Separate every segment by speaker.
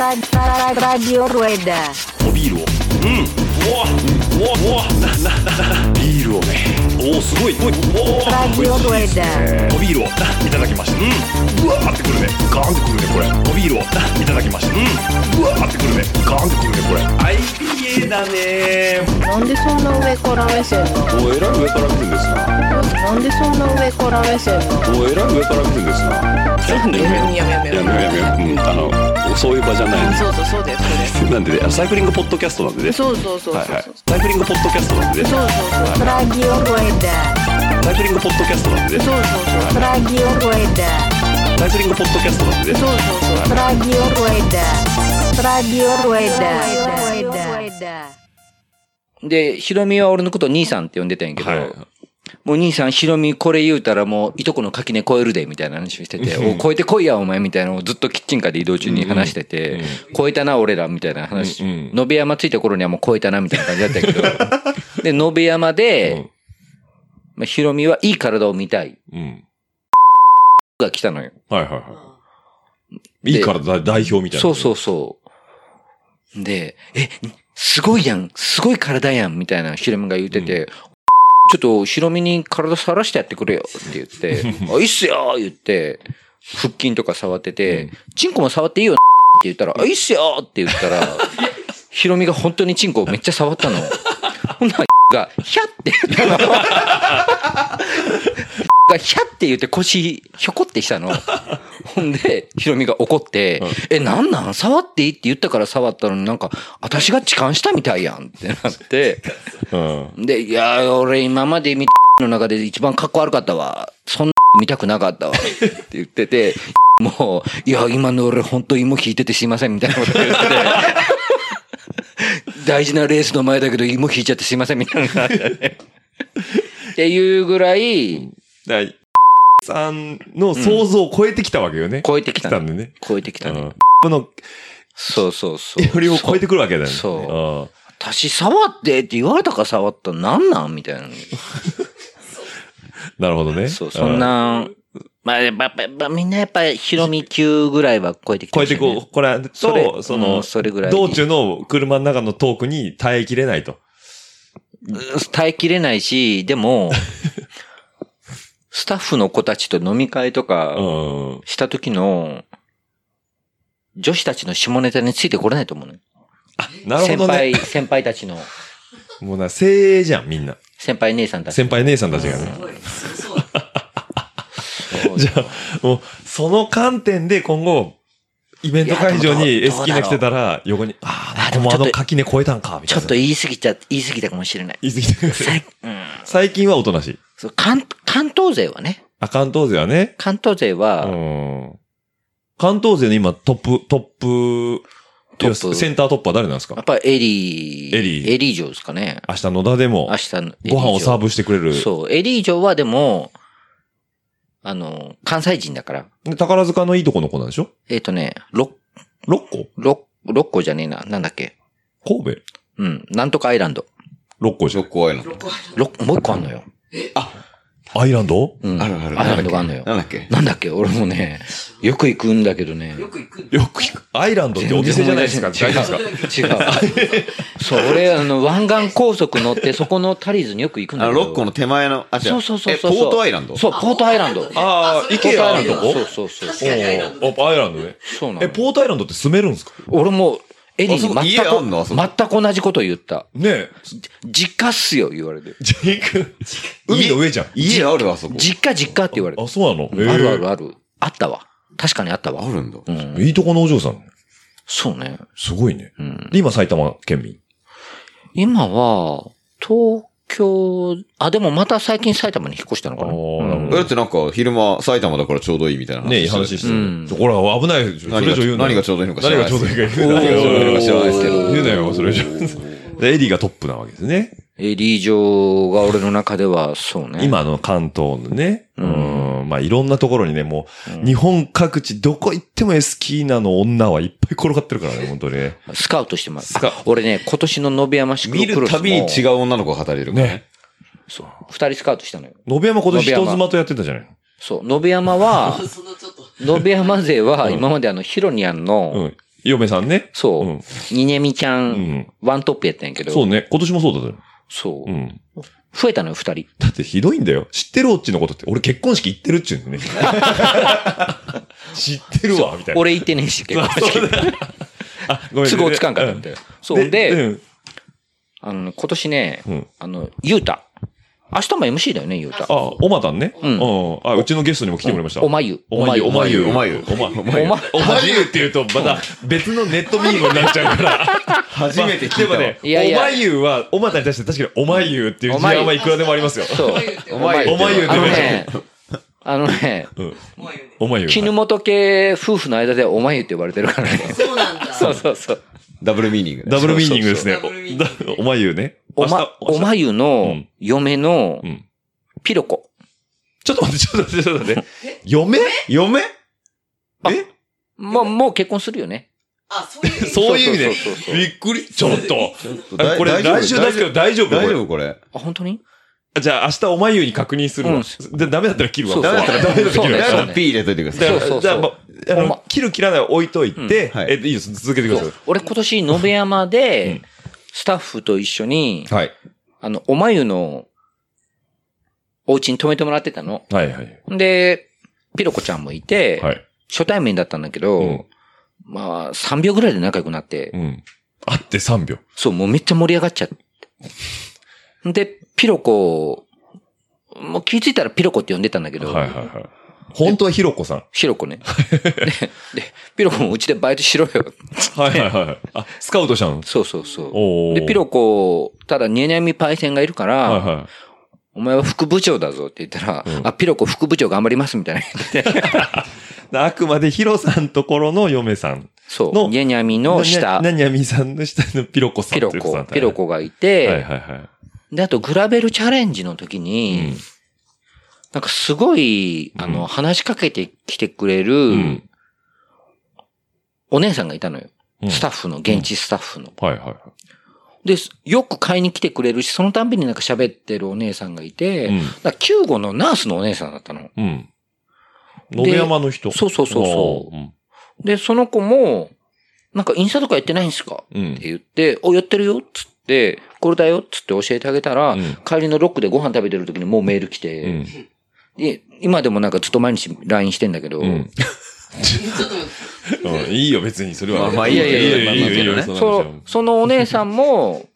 Speaker 1: Radio Rueda.
Speaker 2: おビールをうんうわうわうわななななビールをねおおすごいおいおお
Speaker 1: Radio Rueda.
Speaker 2: おビールをないただきましたうんうわーってくるねガーンってくるねこれおビールをないただきましたうんうわーってくるねガーンってくるねこれ IPA だね
Speaker 3: なんでそんな上から目線なの
Speaker 2: おえらい上から来るんですな
Speaker 3: なんでそんな上から目線なの
Speaker 2: おえらい上から来るんですなちょっとやめよう
Speaker 3: やめやめ
Speaker 2: やめようやめよううんあのそういう場じゃない
Speaker 3: そうそうそうだよ
Speaker 2: なんでねあのサイクリングポッドキャストなんでね
Speaker 3: そうそうそうそうそう
Speaker 2: はいはいサイクリングポッドキャストなんでね
Speaker 3: そうそうそう
Speaker 1: Radio Rueda.
Speaker 2: サイクリングポッドキャストなんでね
Speaker 3: そうそうそう
Speaker 1: Radio Rueda.
Speaker 2: サイクリングポッドキャストなんでね
Speaker 3: そうそうそう
Speaker 1: Radio Rueda. Radio Rueda. Radio Rueda.
Speaker 4: で、ヒロミは俺のこと兄さんって呼んでたんやけど、
Speaker 5: はい
Speaker 4: もう兄さん、ヒロミこれ言うたらもういとこの垣根超えるで、みたいな話をしてて、お超えてこいや、お前、みたいなのをずっとキッチンカーで移動中に話してて、超えたな、俺ら、みたいな話。
Speaker 5: うんうん
Speaker 4: 野辺山ついた頃にはもう超えたな、みたいな感じだったけ ど、で、野辺山で、
Speaker 5: うん
Speaker 4: まあ、ヒロミはいい体を見たい、
Speaker 5: うん。
Speaker 4: が来たのよ。
Speaker 5: はいはいはい。いいからだ代表みたいな。
Speaker 4: そうそうそう。で、え、すごいやん、すごい体やん、みたいなヒロミが言ってて、ちょっとヒロミに体さらしてやってくれよって言って、 あ、いいっすよ言って、腹筋とか触ってて、チンコも触っていいよって言ったら、あ、いいっすよって言ったら、ヒロミが本当にチンコをめっちゃ触っ たの。ほんなら、が、ひゃって言ったの。が、ひゃって言って腰、ひょこってしたの。ほんで、ヒロミが怒って、え、なんなん触っていいって言ったから触ったのになんか、私が痴漢したみたいやんってな って、
Speaker 5: うん。
Speaker 4: で、いやー、俺今まで見たの中で一番格好悪かったわ。そんな見たくなかったわ。って言ってて、 もう、いや、今の俺本当芋引いててすいませんみたいなこと 言ってて、大事なレースの前だけど芋引いちゃってすいませんみたいな。っていうぐらい、
Speaker 5: だからさんの想像を超えてきたわけよね。
Speaker 4: 超えてきた
Speaker 5: 来た
Speaker 4: の
Speaker 5: んでね。
Speaker 4: 超えてきた
Speaker 5: う
Speaker 4: ね
Speaker 5: ん。。この
Speaker 4: そうそうそう。
Speaker 5: よりを超えてくるわけだよね。
Speaker 4: そう私触ってって言われたから触ったのなんなんみたいな。
Speaker 5: うん。なるほどね。
Speaker 4: そう、そんな、まあ、やっぱ、やっぱみんなやっぱ、ヒロミ級ぐらいは超えてき
Speaker 5: う
Speaker 4: て
Speaker 5: ん。超
Speaker 4: まし
Speaker 5: え
Speaker 4: てたよね
Speaker 5: こう、これ
Speaker 4: それ
Speaker 5: と、そ
Speaker 4: うん
Speaker 5: の、
Speaker 4: それぐらい
Speaker 5: 道中の車の中のトークに耐えきれないと。
Speaker 4: うん耐えきれないし、で も、スタッフの子たちと飲み会と
Speaker 5: う
Speaker 4: か
Speaker 5: ん。
Speaker 4: した時の、女子たちの下ネタについてこれないと思うのよ。
Speaker 5: なる
Speaker 4: 先
Speaker 5: ほどね。
Speaker 4: 輩、先輩たちの、
Speaker 5: もうな、精鋭じゃん、みんな。
Speaker 4: 先輩姉さんたち。
Speaker 5: 先輩姉さんたちがね。
Speaker 4: そう
Speaker 5: じゃあ、もう、その観点で今後、イベント会場
Speaker 4: い
Speaker 5: に
Speaker 4: やで
Speaker 5: S
Speaker 4: もどう
Speaker 5: キーナ来てたら、横に、あ
Speaker 4: あ
Speaker 5: あ、
Speaker 4: で
Speaker 5: で
Speaker 4: も
Speaker 5: も
Speaker 4: ちょ
Speaker 5: あ
Speaker 4: っと
Speaker 5: の垣根超えたんか、み
Speaker 4: ち
Speaker 5: た
Speaker 4: ょ
Speaker 5: い
Speaker 4: っ
Speaker 5: な。
Speaker 4: と言い過ぎちゃ、言い過ぎたかもしれ ない。
Speaker 5: 言い過ぎてる
Speaker 4: 最うん
Speaker 5: 最近はおとなしい。
Speaker 4: そう関関東勢はね、
Speaker 5: あ、関東勢はね。
Speaker 4: 関東勢は、
Speaker 5: うん。関東勢の今、トップ、トップ、
Speaker 4: トップ
Speaker 5: いやセンタートップは誰なんです
Speaker 4: やっ
Speaker 5: か
Speaker 4: ぱエリー。
Speaker 5: エリー
Speaker 4: エリー城ですかね。
Speaker 5: 明日野田でも
Speaker 4: 明、日のエリー城。
Speaker 5: ご飯をサーブしてくれる。
Speaker 4: そう。エリー城はでも、あの、関西人だから。
Speaker 5: で宝塚のいいとこの子なんでしょ
Speaker 4: えっ、とね、六、
Speaker 5: ?6 個
Speaker 4: 六、六個じゃねえな。なんだっけ。
Speaker 5: 神戸
Speaker 4: うん。なんとかアイランド。
Speaker 5: ?6 個でしょ
Speaker 6: 六個アイランド。
Speaker 4: 六、もう一個あんのよ。
Speaker 5: アイランド
Speaker 4: うん。
Speaker 6: あるある。
Speaker 4: アイランドがあんのよ。
Speaker 6: なんだっけ
Speaker 4: なんだっけ俺もね、よく行くんだけどね。
Speaker 5: よく聞く。アイランドってお店じゃないですか。
Speaker 4: 全然
Speaker 5: 大丈
Speaker 4: 思
Speaker 5: 夫ですか
Speaker 4: い出せ ない違う。違う。そう、俺、あの、湾岸高速乗って、そこの足りずによく行くんだ
Speaker 6: あ
Speaker 4: け
Speaker 6: の、
Speaker 4: ど。
Speaker 6: 六個の手前の、あ、違
Speaker 4: そう
Speaker 6: う。
Speaker 4: そうそうそう。
Speaker 6: え、ポートアイランド
Speaker 4: そう、ポートアイランド。
Speaker 5: ああ、イケアのとこ
Speaker 4: そうそうそう。
Speaker 5: おーあアイランドね。
Speaker 4: そうなの
Speaker 5: え、ポートアイランドって住めるんですか
Speaker 4: 俺も、エリー
Speaker 6: あそこ
Speaker 4: に
Speaker 6: 家あんのあそこ
Speaker 4: 全く、全く同じこと言った。
Speaker 5: ねえ。
Speaker 4: 実家っすよ、言われて。
Speaker 5: ジェイク、海の上じゃん。
Speaker 6: 家あるあそこ。
Speaker 4: 実家、実家って言われて。
Speaker 5: あ、そうなの
Speaker 4: うんあるある
Speaker 5: あ
Speaker 4: ある。あったわ。確かにあったわ
Speaker 6: あ。るんだ。
Speaker 5: る。いいとこのお嬢さん。
Speaker 4: そうね。
Speaker 5: すごいね。で、今埼玉県民。
Speaker 4: 今は、東京、あ、でもまた最近埼玉に引っ越したのかな。
Speaker 5: なる
Speaker 6: えだってなんか、昼間、埼玉だからちょうどいいみたいな
Speaker 5: ねえ、いい
Speaker 6: してる
Speaker 5: 話して
Speaker 4: うん
Speaker 5: る。ちょほら、危ないでしょ。そ
Speaker 6: 何
Speaker 5: れ以
Speaker 6: が
Speaker 5: 上言うな
Speaker 6: 何がちょうどいいのか知ら
Speaker 5: 何
Speaker 6: ない
Speaker 5: がちょうどいいか言うな
Speaker 6: 何がちょうどいい
Speaker 5: よ
Speaker 6: か知らないですけど。
Speaker 5: 言うなよ、それ以上。でエリーがトップなわけですね。
Speaker 4: エリー城が俺の中では、そうね。。
Speaker 5: 今の関東のね、
Speaker 4: う
Speaker 5: うんん、まあいろんなところにね、もう、日本各地、どこ行ってもエスキーナの女はいっぱい転がってるからね、本当にね。
Speaker 4: スカウトしてます。
Speaker 5: スカ
Speaker 4: あ俺ね、今年の野辺山シクロ
Speaker 6: 見
Speaker 4: クロ
Speaker 6: る
Speaker 4: スも
Speaker 6: たびに違う女の子が語れるから
Speaker 5: ね
Speaker 6: ね。。
Speaker 4: そう。二人スカウトしたのよ。
Speaker 5: 野辺山今年
Speaker 4: 野辺
Speaker 5: 人
Speaker 4: 山
Speaker 5: 妻とやってたじゃない。
Speaker 4: そう。野辺山は、野辺山勢は、今まであの、ヒロニャンの、
Speaker 5: うん。嫁さんね。
Speaker 4: そう、
Speaker 5: うん
Speaker 4: ニネミちゃ、
Speaker 5: うんん。
Speaker 4: ワントップやったんやけど、
Speaker 5: そうね。今年もそうだったよ。
Speaker 4: そう、
Speaker 5: うん。
Speaker 4: 増えたのよ、二人。
Speaker 5: だってひどいんだよ。知ってるオッチのことって。俺結婚式行ってるっちゅうのね。 知ってるわ、みたいな。
Speaker 4: 俺言ってねえし、結 構。
Speaker 5: あ、ごめ ん
Speaker 4: 都合つかんかったみたいな。そう。で、
Speaker 5: うん
Speaker 4: あのね、今年ね、
Speaker 5: うん
Speaker 4: あの、ゆうた。明日も MC だよね、ゆうた。
Speaker 5: あ、おまたんね。
Speaker 4: う
Speaker 5: うんん。あ、うちのゲストにも来てもらいました。
Speaker 4: おまゆ。
Speaker 5: おまゆ、おまゆ、
Speaker 6: おまゆ
Speaker 5: おまおま
Speaker 4: おま、
Speaker 5: おまゆって言うと、また別のネットミームになっちゃうから。
Speaker 6: 初めて聞いた
Speaker 5: ま
Speaker 6: わ。
Speaker 5: あでもね、
Speaker 4: いやいや
Speaker 5: おまゆは、おまたに対して確かにおまゆっていう
Speaker 4: お
Speaker 5: 字
Speaker 4: まゆ
Speaker 5: はまあいくらでもありますよ。
Speaker 4: そう。
Speaker 6: おまゆ
Speaker 5: おまゆ
Speaker 4: あのね、あのね、
Speaker 5: うんおまゆ。
Speaker 4: 絹元系夫婦の間でおまゆって呼ばれてるからね。そうなんだ。そうそうそう。
Speaker 6: ダブルミーニングね。
Speaker 5: ダブルミーニングですね。おおまゆね。
Speaker 4: おま、
Speaker 5: 明日
Speaker 4: おまゆ
Speaker 5: う
Speaker 4: の
Speaker 5: ん
Speaker 4: 嫁の
Speaker 5: うん
Speaker 4: ピロコ。
Speaker 5: ちょっと待って、ちょっと待って、ちょっと待って。嫁嫁
Speaker 4: もう、もう結婚するよね。
Speaker 5: そういう意味で
Speaker 4: そうそうそう。そう
Speaker 5: びっくり。ちょっと。
Speaker 6: ちょっと
Speaker 5: あ
Speaker 6: だい
Speaker 5: これ
Speaker 6: 大丈夫
Speaker 5: 来週出すけど大丈夫
Speaker 6: 大
Speaker 5: こ
Speaker 6: 丈
Speaker 5: れ
Speaker 6: 夫これ。
Speaker 4: あ、本当に
Speaker 5: じゃあ明日おまゆに確認する
Speaker 4: う
Speaker 5: わ
Speaker 4: ん。
Speaker 5: で、ダメだったら切るわ。
Speaker 4: そう
Speaker 5: ダメだったらダメだったら切る
Speaker 4: そう
Speaker 5: わ
Speaker 4: ね
Speaker 6: だから P 入れといてくださ
Speaker 5: だか
Speaker 6: い。
Speaker 5: ら
Speaker 4: そうそうそう
Speaker 5: じゃあもう
Speaker 4: ほ
Speaker 5: あ
Speaker 4: ん
Speaker 5: の
Speaker 4: ま、
Speaker 5: 切る切らないは置いといて、
Speaker 6: うんはい
Speaker 5: え、いいです。続けてください。
Speaker 4: 俺今年、野辺山で、スタッフと一緒に、
Speaker 5: はい。
Speaker 4: あの、おまゆの、お家に泊めてもらってたの。
Speaker 5: はいはい。
Speaker 4: で、ピロコちゃんもいて、
Speaker 5: はい。
Speaker 4: 初対面だったんだけど、
Speaker 5: うん
Speaker 4: まあ、3秒ぐらいで仲良くなって、
Speaker 5: うん。あって3秒。
Speaker 4: そう、もうめっちゃ盛り上がっちゃって。で、ピロコ、もう気づいたらピロコって呼んでたんだけど、
Speaker 5: はいはいはい。本当はひろこさん。
Speaker 4: ヒロコね。で、でピロコもうちでバイトしろよ。
Speaker 5: はいはいはい。あ、スカウトしたの
Speaker 4: そうそうそう。
Speaker 5: おー
Speaker 4: で、ピロコ、ただ、ニャニャミパイセンがいるから、
Speaker 5: はいは
Speaker 4: お前は副部長だぞって言ったら、
Speaker 5: うん
Speaker 4: あ、ピロコ副部長頑張りますみ たいな言ってて。
Speaker 5: い。あくまでヒロさんところの嫁さん。
Speaker 4: そう。
Speaker 5: の
Speaker 4: ニャニャミの下、
Speaker 5: なにゃみさんの下のピロコさん
Speaker 4: ピロ
Speaker 5: ってこと
Speaker 4: コ
Speaker 5: なん、だね。
Speaker 4: ピロコがい
Speaker 5: はい
Speaker 4: て、
Speaker 5: はいは
Speaker 4: で、あとグラベルチャレンジの時
Speaker 5: い。
Speaker 4: に、なんかすごい、あ
Speaker 5: うん
Speaker 4: の、話しかけてきてくれ
Speaker 5: う
Speaker 4: る
Speaker 5: ん。
Speaker 4: お姉さんがいたのよ。
Speaker 5: うん
Speaker 4: スタッフの、現地スタッフの。
Speaker 5: はいはいはい。
Speaker 4: で、よく買いに来てくれるし、そのたんびになんか喋ってるお姉さんがいて、
Speaker 5: うん
Speaker 4: だから救護のナースのお姉さんだったの。
Speaker 5: うん。野辺山の人。。
Speaker 4: そうそうそうそう
Speaker 5: うん。
Speaker 4: で、その子も、なんかインスタとかやってないんですか
Speaker 5: う
Speaker 4: っ
Speaker 5: ん
Speaker 4: て。言って、お、やってるよっつって、これだよっつって教えてあげたら、
Speaker 5: うん
Speaker 4: 帰りのロックでご飯食べてる時にもうメール来て、
Speaker 5: うん
Speaker 4: で今でもなんかずっと毎日 LINE してんだけど、
Speaker 5: うん。うんいいよ、別に、それは。
Speaker 6: まあまあ
Speaker 4: いいよ
Speaker 5: いいよ、いいよ、いいよ、いいよ
Speaker 6: まあまあ
Speaker 5: そんな
Speaker 4: そ
Speaker 5: 話は
Speaker 4: うそのお姉さんも、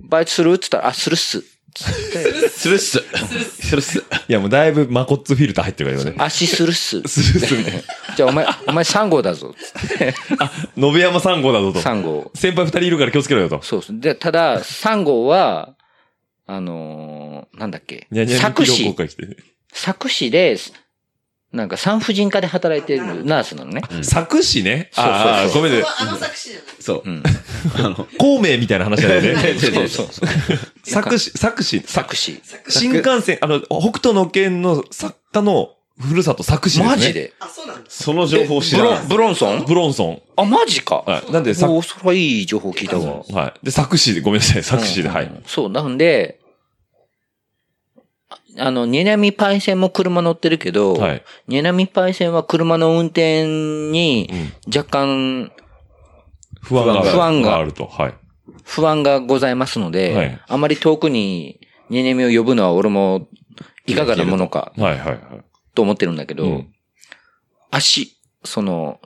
Speaker 4: バイトするっつったら、あ、するっす。つって、
Speaker 6: スルッス。スルッス。
Speaker 5: いや、もうだいぶマコッツフィルター入ってるからね。
Speaker 4: 足するっす。
Speaker 5: スルスみたいな。
Speaker 4: じゃあお前、お前3号だぞ。
Speaker 5: 野辺山3号だぞと。
Speaker 4: 3号。
Speaker 5: 先輩2人いるから気をつけろよと。
Speaker 4: そうです。で、ただ、3号は、あのーなんだっけ
Speaker 5: にゃにゃ。に
Speaker 4: 作
Speaker 5: 非同
Speaker 4: 詞
Speaker 5: 好、会来て
Speaker 4: 作詞で、なんか産婦人科で働いてるナースなのね。
Speaker 5: 作詞ね。
Speaker 4: そうそうそう
Speaker 5: ああ、ごめんね。
Speaker 6: そう
Speaker 4: う。ん。
Speaker 6: あの、
Speaker 5: 孔明みたいな話だよね。
Speaker 4: そうそうそう。
Speaker 5: 作詞、作詞、作
Speaker 4: 作詞。
Speaker 5: 新幹線、あの、北斗の県の作家のふるさと作詞ですね。
Speaker 4: マジで
Speaker 6: その情報知
Speaker 4: ブ
Speaker 6: ら
Speaker 4: ロ
Speaker 6: な
Speaker 4: ン
Speaker 6: い。
Speaker 4: ブロンソン
Speaker 5: ブロンソン。
Speaker 4: あ、マジか。
Speaker 5: はい。なんで、作、
Speaker 4: おそれはいい情報聞いたわ。
Speaker 5: はい。で、作詞で、ごめんなさい、作詞で、は
Speaker 4: うん
Speaker 5: い。。
Speaker 4: そう、なんで、ああの、ニェナミパイセンも車乗ってるけど、
Speaker 5: はい。
Speaker 4: ニェナミパイセンは車の運転に
Speaker 5: うん
Speaker 4: 若干
Speaker 5: 不安がある。
Speaker 4: 不安が
Speaker 5: あると。はい。
Speaker 4: 不安がございますので、
Speaker 5: はい
Speaker 4: あまり遠くにニェナミを呼ぶのは俺もいかがなものか
Speaker 5: はい、はい、はい。
Speaker 4: と思ってるんだけど、
Speaker 5: うん
Speaker 4: 足、その、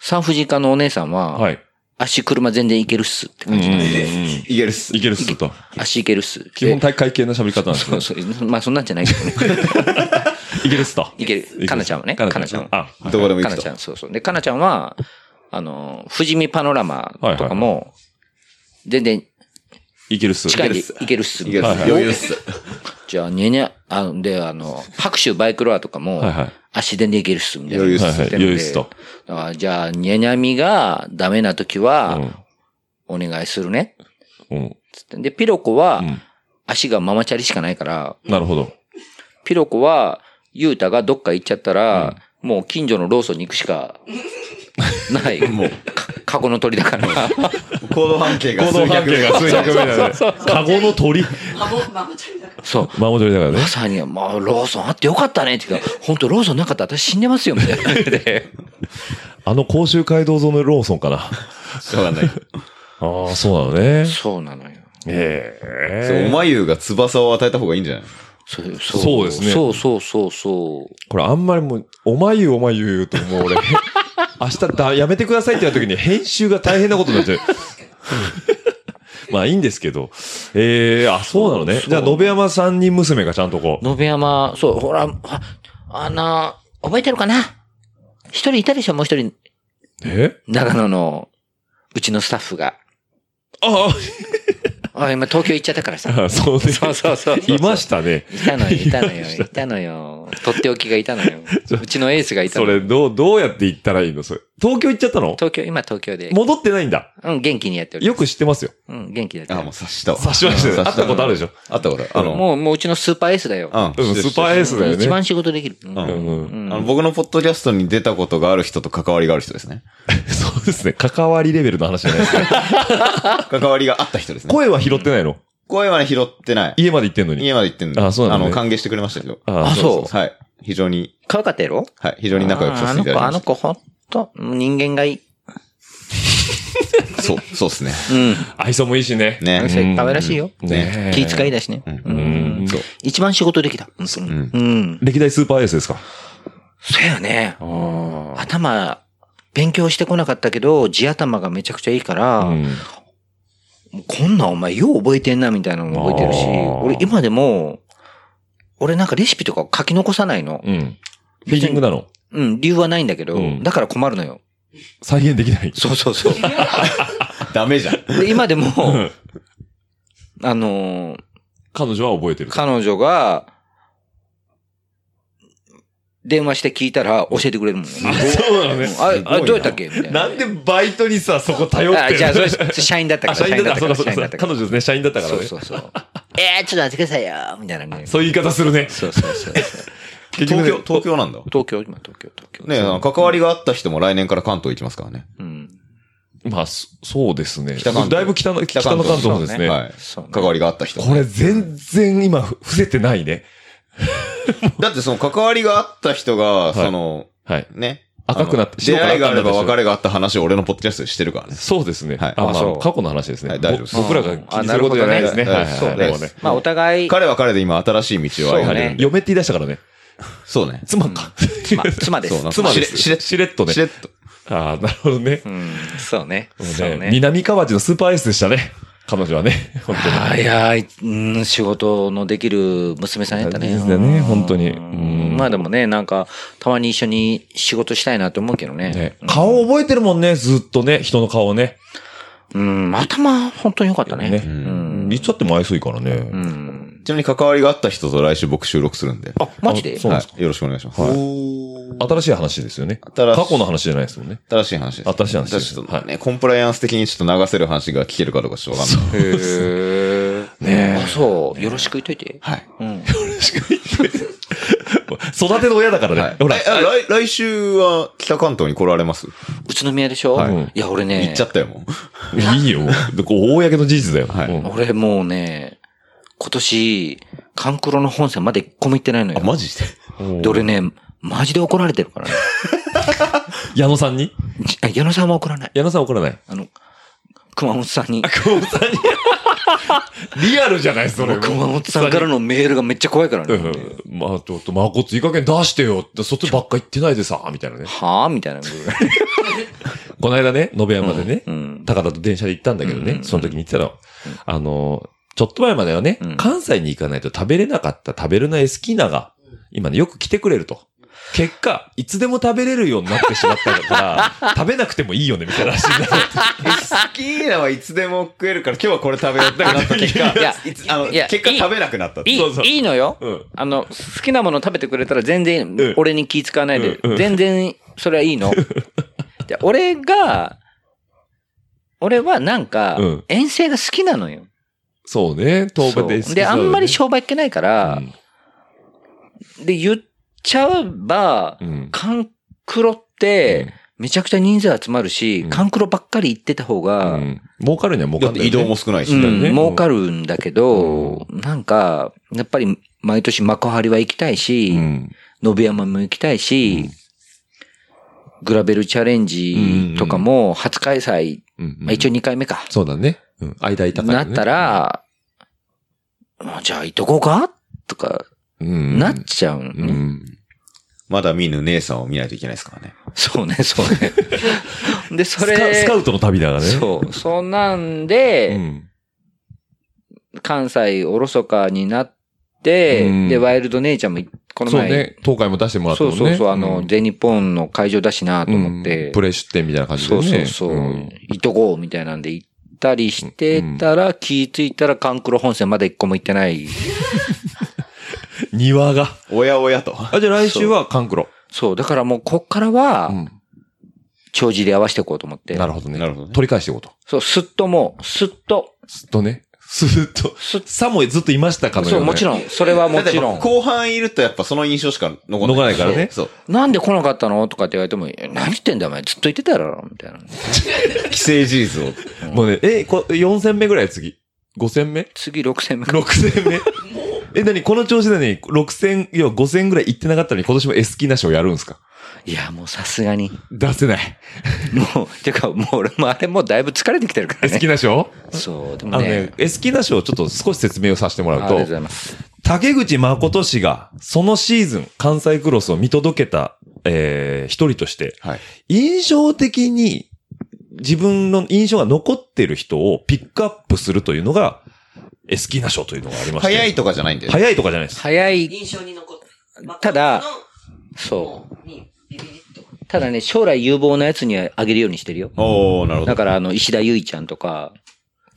Speaker 4: 産婦人科のお姉さんは、
Speaker 5: はい。
Speaker 4: 足車全然いけるっすって
Speaker 5: う
Speaker 4: 感
Speaker 5: んうん
Speaker 4: じ
Speaker 5: う
Speaker 4: なんんで、
Speaker 5: うん
Speaker 6: いけるっす。
Speaker 5: いけるっすと。
Speaker 4: 足いけるっす。で
Speaker 5: 基本体会系の喋り方なんです
Speaker 4: そ
Speaker 5: ね
Speaker 4: う。そう。まあそんなんじゃないけど ね。
Speaker 5: いけるっすと。
Speaker 4: いける。かなちゃんはね。かなちゃんは。
Speaker 5: あ、
Speaker 6: どこでも
Speaker 4: か
Speaker 6: 行く
Speaker 4: な
Speaker 6: と
Speaker 4: ち。ゃん、そうそう。で、かなちゃんは、あの、富士見パノラマとかも、全然
Speaker 5: いけるっす。
Speaker 4: 近いんで
Speaker 5: い
Speaker 4: いけるっす。
Speaker 6: いけるっす。余裕っす。
Speaker 4: じゃあ、ねね、あの、で、あの、拍手バイクロアとかも
Speaker 5: はいはい、
Speaker 4: 足ででいけるっす、みたいな。
Speaker 6: 余裕っ
Speaker 5: はい
Speaker 6: す
Speaker 5: はい。余裕っすと。
Speaker 4: だからじゃあ、にゃにゃみがダメな時は、お願いするね。
Speaker 5: うん。うん。
Speaker 4: つってで、ピロコは
Speaker 5: うん、
Speaker 4: 足がママチャリしかないから、
Speaker 5: なるほど。
Speaker 4: ピロコは、ユータがどっか行っちゃったら、もう近所のローソンに行くしかない。もう。カゴの鳥だから。
Speaker 6: 行動半径が
Speaker 5: 行動半径が数百メートルで。カゴの鳥。
Speaker 4: そう。
Speaker 5: マモ鳥だからね
Speaker 4: ま。さに、まあ、ローソンあってよかったねって言うから、本当ローソンなかったら私死んでますよ、みたいな。で
Speaker 5: あの甲州街道沿いのローソンかな。
Speaker 6: わかんない。
Speaker 5: ああ、そうなのね。
Speaker 4: そうなのよ。
Speaker 5: え
Speaker 6: そうお
Speaker 5: え。
Speaker 6: まゆが翼を与えた方がいいんじゃない
Speaker 4: そ
Speaker 5: そうですね
Speaker 4: そうそうそうそう。
Speaker 5: これあんまりもう、おまゆおまゆ言うともう俺、 明日だやめてくださいって言った時に編集が大変なことになっちゃう。まあいいんですけど。ええあ、そうなのね。
Speaker 4: そう
Speaker 5: じゃあ、野辺山三人娘がちゃんとこう。
Speaker 4: 野辺山、そう、ほら、あ、あの、覚えてるかな一人いたでしょ、もう一人。
Speaker 5: え
Speaker 4: 長野の、うちのスタッフが。
Speaker 5: あ
Speaker 4: あ、今東京行っちゃったからさ。
Speaker 5: あ、そうね。
Speaker 4: そうそうそう。
Speaker 5: いましたね。
Speaker 4: いたのよ、いたのよ、いたのよ。とっておきがいたの よ。うちのエースがいた
Speaker 5: そ
Speaker 4: のよ。
Speaker 5: れ、どう、どうやって行ったらいいのそれ。東京行っちゃったの
Speaker 4: 東京、今東京で。
Speaker 5: 戻ってないんだ。
Speaker 4: うん、元気にやっており
Speaker 5: よ
Speaker 4: ます。
Speaker 5: く知ってますよ。
Speaker 4: うん、元気にやってお
Speaker 6: あ、
Speaker 4: り
Speaker 6: も
Speaker 4: ま
Speaker 6: う
Speaker 4: す。
Speaker 6: 察したわ。
Speaker 5: 察しましたよね。
Speaker 6: 察
Speaker 5: 会ったことあるでしょ。
Speaker 6: あったことある。あの、
Speaker 4: もう、もううちのスーパーエースだよ。
Speaker 6: う
Speaker 5: うん、
Speaker 6: ん。
Speaker 5: スーパーエースだよね。
Speaker 4: 一番仕事できる。うん
Speaker 6: う
Speaker 5: うん
Speaker 6: ん。
Speaker 5: うん
Speaker 6: あの、僕のポッドキャストに出たことがある人と関わりがある人ですね。
Speaker 5: そうですね。関わりレベルの話じゃないですね。
Speaker 6: 関わりがあった人ですね。
Speaker 5: 声は拾ってないの
Speaker 6: 声はね、拾ってない。
Speaker 5: 家まで行ってんのに。
Speaker 6: 家まで行ってん
Speaker 5: あそうな
Speaker 6: あ
Speaker 5: のね
Speaker 6: の、歓迎してくれましたけど。
Speaker 5: あ
Speaker 4: あそう
Speaker 6: はい。非常に、
Speaker 4: 可愛かったやろ
Speaker 6: はい。非常に仲良く
Speaker 4: あ
Speaker 6: さ
Speaker 4: あ
Speaker 6: せて
Speaker 4: の
Speaker 6: い
Speaker 4: 子、
Speaker 6: ただき
Speaker 4: あ
Speaker 6: ま
Speaker 4: の
Speaker 6: し
Speaker 4: 子、ほんと、人間がいい。
Speaker 6: た。そう、そうですね。
Speaker 4: うん。
Speaker 5: 愛想もいいしね。
Speaker 6: ね。
Speaker 4: そう可愛らしいよ。
Speaker 5: ね
Speaker 4: 気遣いだしね。う。
Speaker 5: うんん。
Speaker 6: そう。
Speaker 4: 一番仕事できた。うん。
Speaker 6: ん
Speaker 4: うん。
Speaker 5: 歴代スーパーエースですか
Speaker 4: そうやね。
Speaker 5: あ
Speaker 4: 頭、勉強してこなかったけど、地頭がめちゃくちゃいいから、
Speaker 5: うん。
Speaker 4: こんなんお前よう覚えてんなみたいなのも覚えてるし、
Speaker 5: あー
Speaker 4: 俺今でも、俺なんかレシピとか書き残さないの。
Speaker 5: うん。フィーリングなの
Speaker 4: うん、理由はないんだけど、
Speaker 5: うん
Speaker 4: だから困るのよ。
Speaker 5: 再現できない。
Speaker 4: そうそう そう。
Speaker 6: ダメじゃん。
Speaker 4: で、今でも
Speaker 5: ん、
Speaker 4: あのー
Speaker 5: 彼女は覚えてる。
Speaker 4: 彼女が、電話して聞いたら教えてくれるもんね。
Speaker 5: そうなの
Speaker 4: うんあれ、あれどうやったっけみたいな。
Speaker 5: なんでバイトにさ、そこ頼って
Speaker 4: あ、
Speaker 5: る
Speaker 4: じゃあ、それ、それ社員だったか
Speaker 5: あ、
Speaker 4: ら、
Speaker 5: 社員だった。そうかそ
Speaker 4: 社
Speaker 5: うか
Speaker 4: 員
Speaker 5: そ
Speaker 4: だ
Speaker 5: う
Speaker 4: っ
Speaker 5: か。
Speaker 4: たから
Speaker 5: 彼。女ですね、社員だったから
Speaker 4: そう
Speaker 5: ね。
Speaker 4: そうそう。 えー、ちょっと待ってくださいよみたいなね。
Speaker 5: そういう言い方するね。
Speaker 4: そうそうそう。
Speaker 5: 結
Speaker 6: 東
Speaker 5: 局
Speaker 6: 京、
Speaker 5: ね、
Speaker 6: 東京なんだ。
Speaker 4: 東京、今東京、東京。
Speaker 6: ねあの関わりがあった人も来年から関東行きますからね。
Speaker 4: うん。
Speaker 5: まあ、そそうですね。
Speaker 6: 北関東
Speaker 5: だいぶ北の、北の関東ですね。
Speaker 6: はい
Speaker 4: そうね。
Speaker 6: 関わりがあった人。
Speaker 5: これ全然今、ふ伏せてないね。
Speaker 6: だってその関わりがあった人が、
Speaker 5: い
Speaker 6: その、
Speaker 5: はい。
Speaker 6: ね。
Speaker 5: 赤くなって
Speaker 6: あの出会いがあれば
Speaker 5: 白くなったんだ
Speaker 6: 別れがあった話を俺のポッドキャストでしてるからね。
Speaker 5: そうですね。
Speaker 6: はい
Speaker 5: あ、ま
Speaker 4: あそう
Speaker 5: あ、過去の話ですね。
Speaker 6: はい大丈夫です
Speaker 5: ぼ僕らが気にすることじゃないですね。
Speaker 6: あ
Speaker 5: は
Speaker 6: な
Speaker 5: いは
Speaker 6: る
Speaker 5: い
Speaker 6: ほど
Speaker 5: は
Speaker 6: ねそう
Speaker 5: い。でもね
Speaker 6: です
Speaker 4: まあ、お互い、
Speaker 6: 彼は彼で今新しい道を歩いてるんで。
Speaker 5: 嫁って言い出したからね。
Speaker 6: そうね。
Speaker 5: 妻か。
Speaker 4: 妻、妻です。
Speaker 6: そうなん
Speaker 5: 妻で
Speaker 6: しれしれっ
Speaker 5: す。
Speaker 6: と
Speaker 5: しれっとね
Speaker 6: し。れっと。
Speaker 5: ああ、なるほどね。
Speaker 4: うん、そうね。
Speaker 5: もうね
Speaker 4: そうね。
Speaker 5: 南河内のスーパーエースでしたね。彼女はね。本当に。
Speaker 4: 早い、うん、仕事のできる娘さんやったね。
Speaker 5: いいですよね本当に
Speaker 4: うん
Speaker 5: うん
Speaker 4: まあでもね、なんか、たまに一緒に仕事したいなと思うけどね
Speaker 5: ね。顔覚えてるもんね、ずっとね。人の顔ね。
Speaker 4: うん、頭、本当に良かったね。
Speaker 5: ね
Speaker 4: うん。
Speaker 5: いつだっても愛想いいからね。
Speaker 4: うん。
Speaker 6: ちなみに関わりがあった人と来週僕収録するんで。
Speaker 4: あ、マジで
Speaker 5: あそうなんです
Speaker 6: はい。よろしくお願いします。
Speaker 5: 新しい話ですよね。
Speaker 6: 新しい
Speaker 5: 過去の話じゃないですもんね。
Speaker 6: 新しい話です。
Speaker 5: 新しい話です
Speaker 6: ちょっとね、コンプライアンス的にちょっと流せる話が聞けるかどうかちょっとわかんない。
Speaker 4: へーあ、そう。よろしく言っといて。
Speaker 6: はい。
Speaker 4: うん。
Speaker 5: 育ての親だから
Speaker 6: はい
Speaker 5: ね。ほら
Speaker 6: え。あ来、来週は北関東に来られます
Speaker 4: 宇都宮でしょ
Speaker 6: はい
Speaker 4: いや、俺ね。
Speaker 6: 行っちゃったよ、もう。
Speaker 5: いいよ。こう公の事実だよ。
Speaker 6: はい
Speaker 5: うん
Speaker 4: 俺もうね、今年、カンクロの本線まで一個も行ってないのよ。
Speaker 6: あ、マジで
Speaker 4: で、俺ね、マジで怒られてるからね。
Speaker 5: 矢野さんに
Speaker 4: じあ矢野さんは怒らない。
Speaker 5: 矢野さん怒らない。
Speaker 4: あの、熊本さんに。
Speaker 5: リアルじゃない、それ。
Speaker 4: 熊本さんからのメールがめっちゃ怖いから
Speaker 5: う
Speaker 4: ね。
Speaker 5: んまあ、ちょっと、まこついい加減出してよ。そっちばっか言ってないでさ、みたいなね。
Speaker 4: はぁみたいな。
Speaker 5: この間ね、延山でね、
Speaker 4: うん。
Speaker 5: 高田と電車で行ったんだけどね、その時に言ってたの。あの、ちょっと前まではね、
Speaker 4: うん
Speaker 5: 関西に行かないと食べれなかった食べれないスキーナが、今ね、よく来てくれると。結果、いつでも食べれるようになってしまった から、食べなくてもいいよね、みたいな話になって。
Speaker 6: スキーナはいつでも食えるから今日はこれ食べようってなった結果、
Speaker 4: いや
Speaker 6: いつあの
Speaker 4: いや
Speaker 6: 結果
Speaker 4: いい
Speaker 6: 食べなくなったって
Speaker 4: い
Speaker 5: そうそう
Speaker 4: い、いいのよ。
Speaker 5: うん。
Speaker 4: あの、好きなもの食べてくれたら全
Speaker 5: う
Speaker 4: 然
Speaker 5: ん、
Speaker 4: 俺に気使わないで
Speaker 5: うんう、ん
Speaker 4: 全然、それはいい の。で俺が、俺はなんか
Speaker 5: うん、
Speaker 4: 遠征が好きなのよ。
Speaker 5: そうね、当
Speaker 4: そ
Speaker 5: 番
Speaker 4: う
Speaker 5: で好きそう
Speaker 4: で、
Speaker 5: だ
Speaker 4: あ
Speaker 5: よね
Speaker 4: んまり商売いけないから、で、言っちゃえば
Speaker 5: う、ん。
Speaker 4: カンクロって、めちゃくちゃ人数集まるし、
Speaker 5: ん
Speaker 4: カンクロばっかり行ってた方が、
Speaker 5: う
Speaker 4: うん、
Speaker 5: ん儲かるには儲
Speaker 6: だっ
Speaker 5: かん
Speaker 6: て
Speaker 5: ない。
Speaker 6: 移動も。少ないし。
Speaker 5: だよね
Speaker 4: 儲かるんだけど、なんか、やっぱり毎年幕張は行きたいし、
Speaker 5: うん。
Speaker 4: 野辺山も行きたいし、グラベルチャレンジとかも初開催、
Speaker 5: うんうん
Speaker 4: まあ一応2回目か、
Speaker 5: そうだね。うん。間いたから、
Speaker 4: な
Speaker 5: ね。
Speaker 4: った、ら、もうじゃあ行っとこうかとか、
Speaker 5: うん。
Speaker 4: なっちゃうのね、
Speaker 5: うん。
Speaker 6: まだ見ぬ姉さんを見ないといけないですからね。
Speaker 4: そうね、そうね。 で、そ
Speaker 5: スカ
Speaker 4: れ、
Speaker 5: スカウトの旅だからね。
Speaker 4: そう、そんなん
Speaker 5: う
Speaker 4: で、
Speaker 5: ん。
Speaker 4: 関西おろそかになって、
Speaker 5: うん
Speaker 4: で、ワイルド姉ちゃんもい、この
Speaker 5: そう
Speaker 4: 前、
Speaker 5: ね。東海も出してもらった
Speaker 4: そ
Speaker 5: も
Speaker 4: うん
Speaker 5: ね。
Speaker 4: そうそう、あ
Speaker 5: う
Speaker 4: の、
Speaker 5: ん
Speaker 4: 全日本の会場だしなと思っ
Speaker 5: う
Speaker 4: て
Speaker 5: ん、プレ出店みたいな感じで
Speaker 4: そ
Speaker 5: ね。
Speaker 4: うそうそう、
Speaker 5: ん
Speaker 4: 行っとこうみたいなんで行ったりしてたら、気ぃついたら関黒本線まだ一個も行ってない。
Speaker 5: 庭が。
Speaker 6: おやおやと。
Speaker 5: あ、じゃあ来週はカンクロ。
Speaker 4: そう、だからもうこっからは、
Speaker 5: ん。
Speaker 4: 長寿で合わせていこうと思って。
Speaker 5: なるほどね。
Speaker 6: なるほどね
Speaker 5: 取り返していこうと。
Speaker 4: そう、すっともう、すっと。
Speaker 5: ずっとね。ずっと。
Speaker 4: すっ
Speaker 5: さもずっといましたかのよ
Speaker 4: そうう、
Speaker 5: な
Speaker 4: もちろん。それは もちろ
Speaker 6: だっ
Speaker 4: ん
Speaker 6: て。後半いるとやっぱその印象しか残らない。
Speaker 5: 残らないから ね
Speaker 6: そう。
Speaker 4: なんで来なかったのとかって言われても、え何言ってんだお前、ずっと言ってたやろみたいな。
Speaker 6: 既成事実を。
Speaker 5: もうね、え、こ4戦目ぐらい次。5戦目
Speaker 4: 次6戦目。
Speaker 5: ?6 戦 目え、なにこの調子でね、6戦、要は5戦ぐらい行ってなかったのに今年も S キーなしをやるんですか
Speaker 4: いや、もうさすがに。
Speaker 5: 出せない。
Speaker 4: もう、てか、もう俺もあれもうだいぶ疲れてきてるからね
Speaker 5: S。キーなし を
Speaker 4: そう、で
Speaker 5: あ
Speaker 4: も
Speaker 5: の
Speaker 4: ね
Speaker 5: ね。、S キーなしをちょっと少し説明をさせても
Speaker 4: あり
Speaker 5: ら
Speaker 4: が
Speaker 5: う
Speaker 4: とう
Speaker 5: と
Speaker 4: ご、ざいます。
Speaker 5: 竹口誠氏が、そのシーズン、関西クロスを見届けた、えー、一人として、
Speaker 6: はい
Speaker 5: 印象的に、自分の印象が残ってる人をピックアップするというのが、エスキーナ賞というのがありまし て。
Speaker 6: 早いとかじゃないんだよね。
Speaker 5: 早いとかじゃないです。
Speaker 4: 早い
Speaker 7: 印象に残った。
Speaker 4: ただ
Speaker 7: 誠
Speaker 4: そ
Speaker 7: の、にビビビッと。
Speaker 4: う。ただね、将来有望なやつにはあげるようにしてるよ。
Speaker 6: おー、なるほ
Speaker 4: だ
Speaker 6: ど。
Speaker 4: から、あの、石田ゆいちゃんとか、